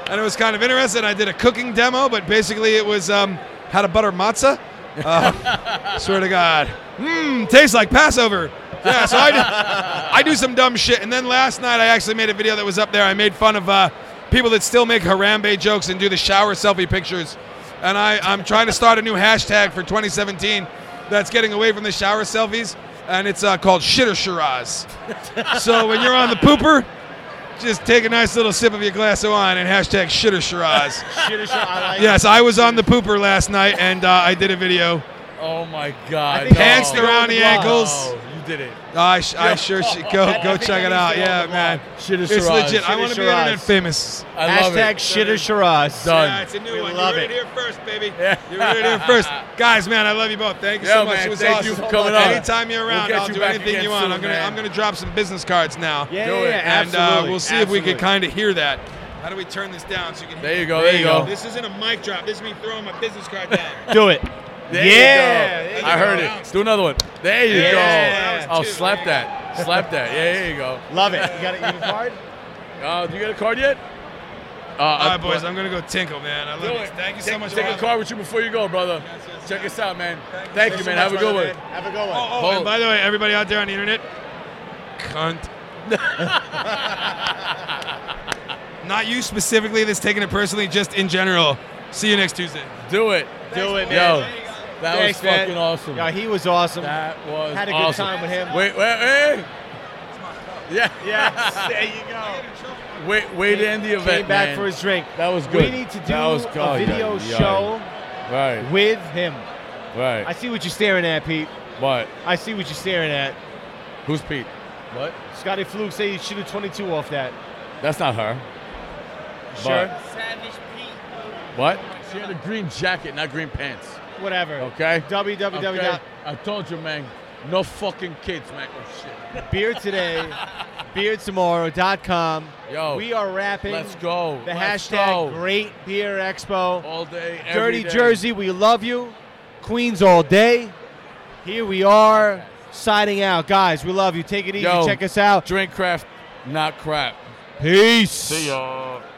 Speaker 7: and it was kind of interesting. I did a cooking demo, but basically it was um, how to butter matzah. Uh, [laughs] swear to God, mmm, tastes like Passover. Yeah, so I do, I do some dumb shit, and then last night I actually made a video that was up there. I made fun of uh, people that still make Harambe jokes and do the shower selfie pictures, and I, I'm trying to start a new hashtag for 2017 that's getting away from the shower selfies, and it's uh, called Shitter Shiraz. So when you're on the pooper, just take a nice little sip of your glass of wine and hashtag shitter Shiraz.
Speaker 3: Shit is I like it.
Speaker 7: yes, I was on the pooper last night and uh, I did a video.
Speaker 2: Oh my God.
Speaker 3: I think
Speaker 7: Pants
Speaker 2: no.
Speaker 7: around the
Speaker 3: Oh.
Speaker 7: ankles.
Speaker 2: Oh, you did it.
Speaker 7: I, sh- I sure should go
Speaker 3: I
Speaker 7: go
Speaker 3: think
Speaker 7: check
Speaker 3: that needs to go on
Speaker 7: it out. Yeah,
Speaker 3: the blog.
Speaker 7: man.
Speaker 2: Shit is
Speaker 7: It's
Speaker 2: Shiraz.
Speaker 7: legit. I
Speaker 3: Shitter
Speaker 7: want to be
Speaker 3: Shiraz.
Speaker 7: internet famous.
Speaker 2: I love
Speaker 3: Hashtag
Speaker 2: it.
Speaker 3: Shitter Shiraz.
Speaker 2: Done.
Speaker 7: Yeah, it's a new
Speaker 3: We
Speaker 7: one. You
Speaker 3: love
Speaker 7: heard it.
Speaker 3: it.
Speaker 7: here first, baby.
Speaker 2: [laughs] Yeah.
Speaker 7: You heard it here first. Guys, man, I love you both. Thank you
Speaker 2: Yeah,
Speaker 7: so much.
Speaker 2: man,
Speaker 7: it was
Speaker 2: thank
Speaker 7: awesome.
Speaker 2: you for coming on.
Speaker 7: Anytime you're
Speaker 2: We'll
Speaker 7: around,
Speaker 2: get
Speaker 7: I'll
Speaker 2: you
Speaker 7: do
Speaker 2: back
Speaker 7: anything
Speaker 2: again
Speaker 7: you want.
Speaker 2: soon,
Speaker 7: I'm gonna
Speaker 2: man.
Speaker 7: I'm gonna drop some business cards now.
Speaker 3: Yeah,
Speaker 2: Do
Speaker 3: yeah,
Speaker 2: it.
Speaker 3: yeah,
Speaker 7: and uh,
Speaker 3: absolutely,
Speaker 7: we'll see if we
Speaker 3: absolutely.
Speaker 7: can kind of hear that. How do we turn this down so you can?
Speaker 2: There
Speaker 7: hear
Speaker 2: you
Speaker 7: it?
Speaker 2: go. There you go.
Speaker 7: This isn't a mic drop. This is me throwing my business
Speaker 2: [laughs]
Speaker 7: card down.
Speaker 3: Do it.
Speaker 2: There
Speaker 3: yeah.
Speaker 2: You
Speaker 7: you
Speaker 2: go. I heard
Speaker 7: go.
Speaker 2: it. Do another one. There you
Speaker 7: Yeah.
Speaker 2: go. Oh,
Speaker 7: That was two.
Speaker 2: slap that. Slap that. Yeah, there you go.
Speaker 3: Love it. You got it. You got a card?
Speaker 2: [laughs] Uh, do you get a card yet? Uh,
Speaker 7: All right, boys. I'm gonna go tinkle, man. I love
Speaker 2: Do
Speaker 7: you.
Speaker 2: it.
Speaker 7: Thank you so
Speaker 2: Take-
Speaker 7: much.
Speaker 2: Take
Speaker 7: for
Speaker 2: a card with you before you go, brother.
Speaker 7: yes,
Speaker 2: Check us
Speaker 7: yes.
Speaker 2: out, man.
Speaker 7: Thank you.
Speaker 2: Thank you,
Speaker 7: Thanks
Speaker 2: man.
Speaker 7: so
Speaker 2: Have a
Speaker 7: much,
Speaker 2: good
Speaker 7: brother,
Speaker 2: one.
Speaker 3: Man, Have a good one.
Speaker 7: Oh, oh,
Speaker 2: Hold.
Speaker 7: and by the way, everybody out there on the internet, cunt. Not you specifically that's taking it personally, just in general. See you next Tuesday.
Speaker 2: Do it.
Speaker 3: Do it,
Speaker 2: Yo,
Speaker 3: man.
Speaker 2: that
Speaker 3: Thanks,
Speaker 2: was
Speaker 3: man.
Speaker 2: fucking awesome.
Speaker 3: Yeah, he was awesome.
Speaker 2: that was
Speaker 3: Had a good
Speaker 2: awesome.
Speaker 3: time with him.
Speaker 2: Wait, wait, wait. Yeah,
Speaker 3: Yes, [laughs] there you go.
Speaker 2: Wait, wait to end the event,
Speaker 3: Came back
Speaker 2: man.
Speaker 3: for his drink.
Speaker 2: That was
Speaker 3: We
Speaker 2: good.
Speaker 3: need to do
Speaker 2: That was good.
Speaker 3: a video
Speaker 2: Yeah, yeah.
Speaker 3: show
Speaker 2: Right,
Speaker 3: with him. I
Speaker 2: right.
Speaker 3: see what you're staring at, Pete.
Speaker 2: But
Speaker 3: I see what you're staring at.
Speaker 2: who's Pete? What?
Speaker 3: Scotty Fluke say you shoot a 22 off that.
Speaker 2: That's not her.
Speaker 3: Sure.
Speaker 2: But-
Speaker 4: Savage Pete.
Speaker 2: What? She had a green jacket, not green pants.
Speaker 3: Whatever.
Speaker 2: Okay.
Speaker 3: www.
Speaker 2: Okay? I told you, man. No fucking kids, man. Oh shit.
Speaker 3: Beer
Speaker 2: [laughs]
Speaker 3: today, beertomorrow.com.
Speaker 2: Yo,
Speaker 3: we are wrapping
Speaker 2: Let's go.
Speaker 3: the
Speaker 2: Let's
Speaker 3: hashtag
Speaker 2: go.
Speaker 3: Great Beer Expo.
Speaker 2: all day. every
Speaker 3: Dirty
Speaker 2: day.
Speaker 3: Jersey, we love you. Queens all day. Here we are, signing out. Guys, we love you. Take it easy.
Speaker 2: Yo.
Speaker 3: Check us out.
Speaker 2: Drink craft, not crap.
Speaker 3: Peace.
Speaker 2: y'all.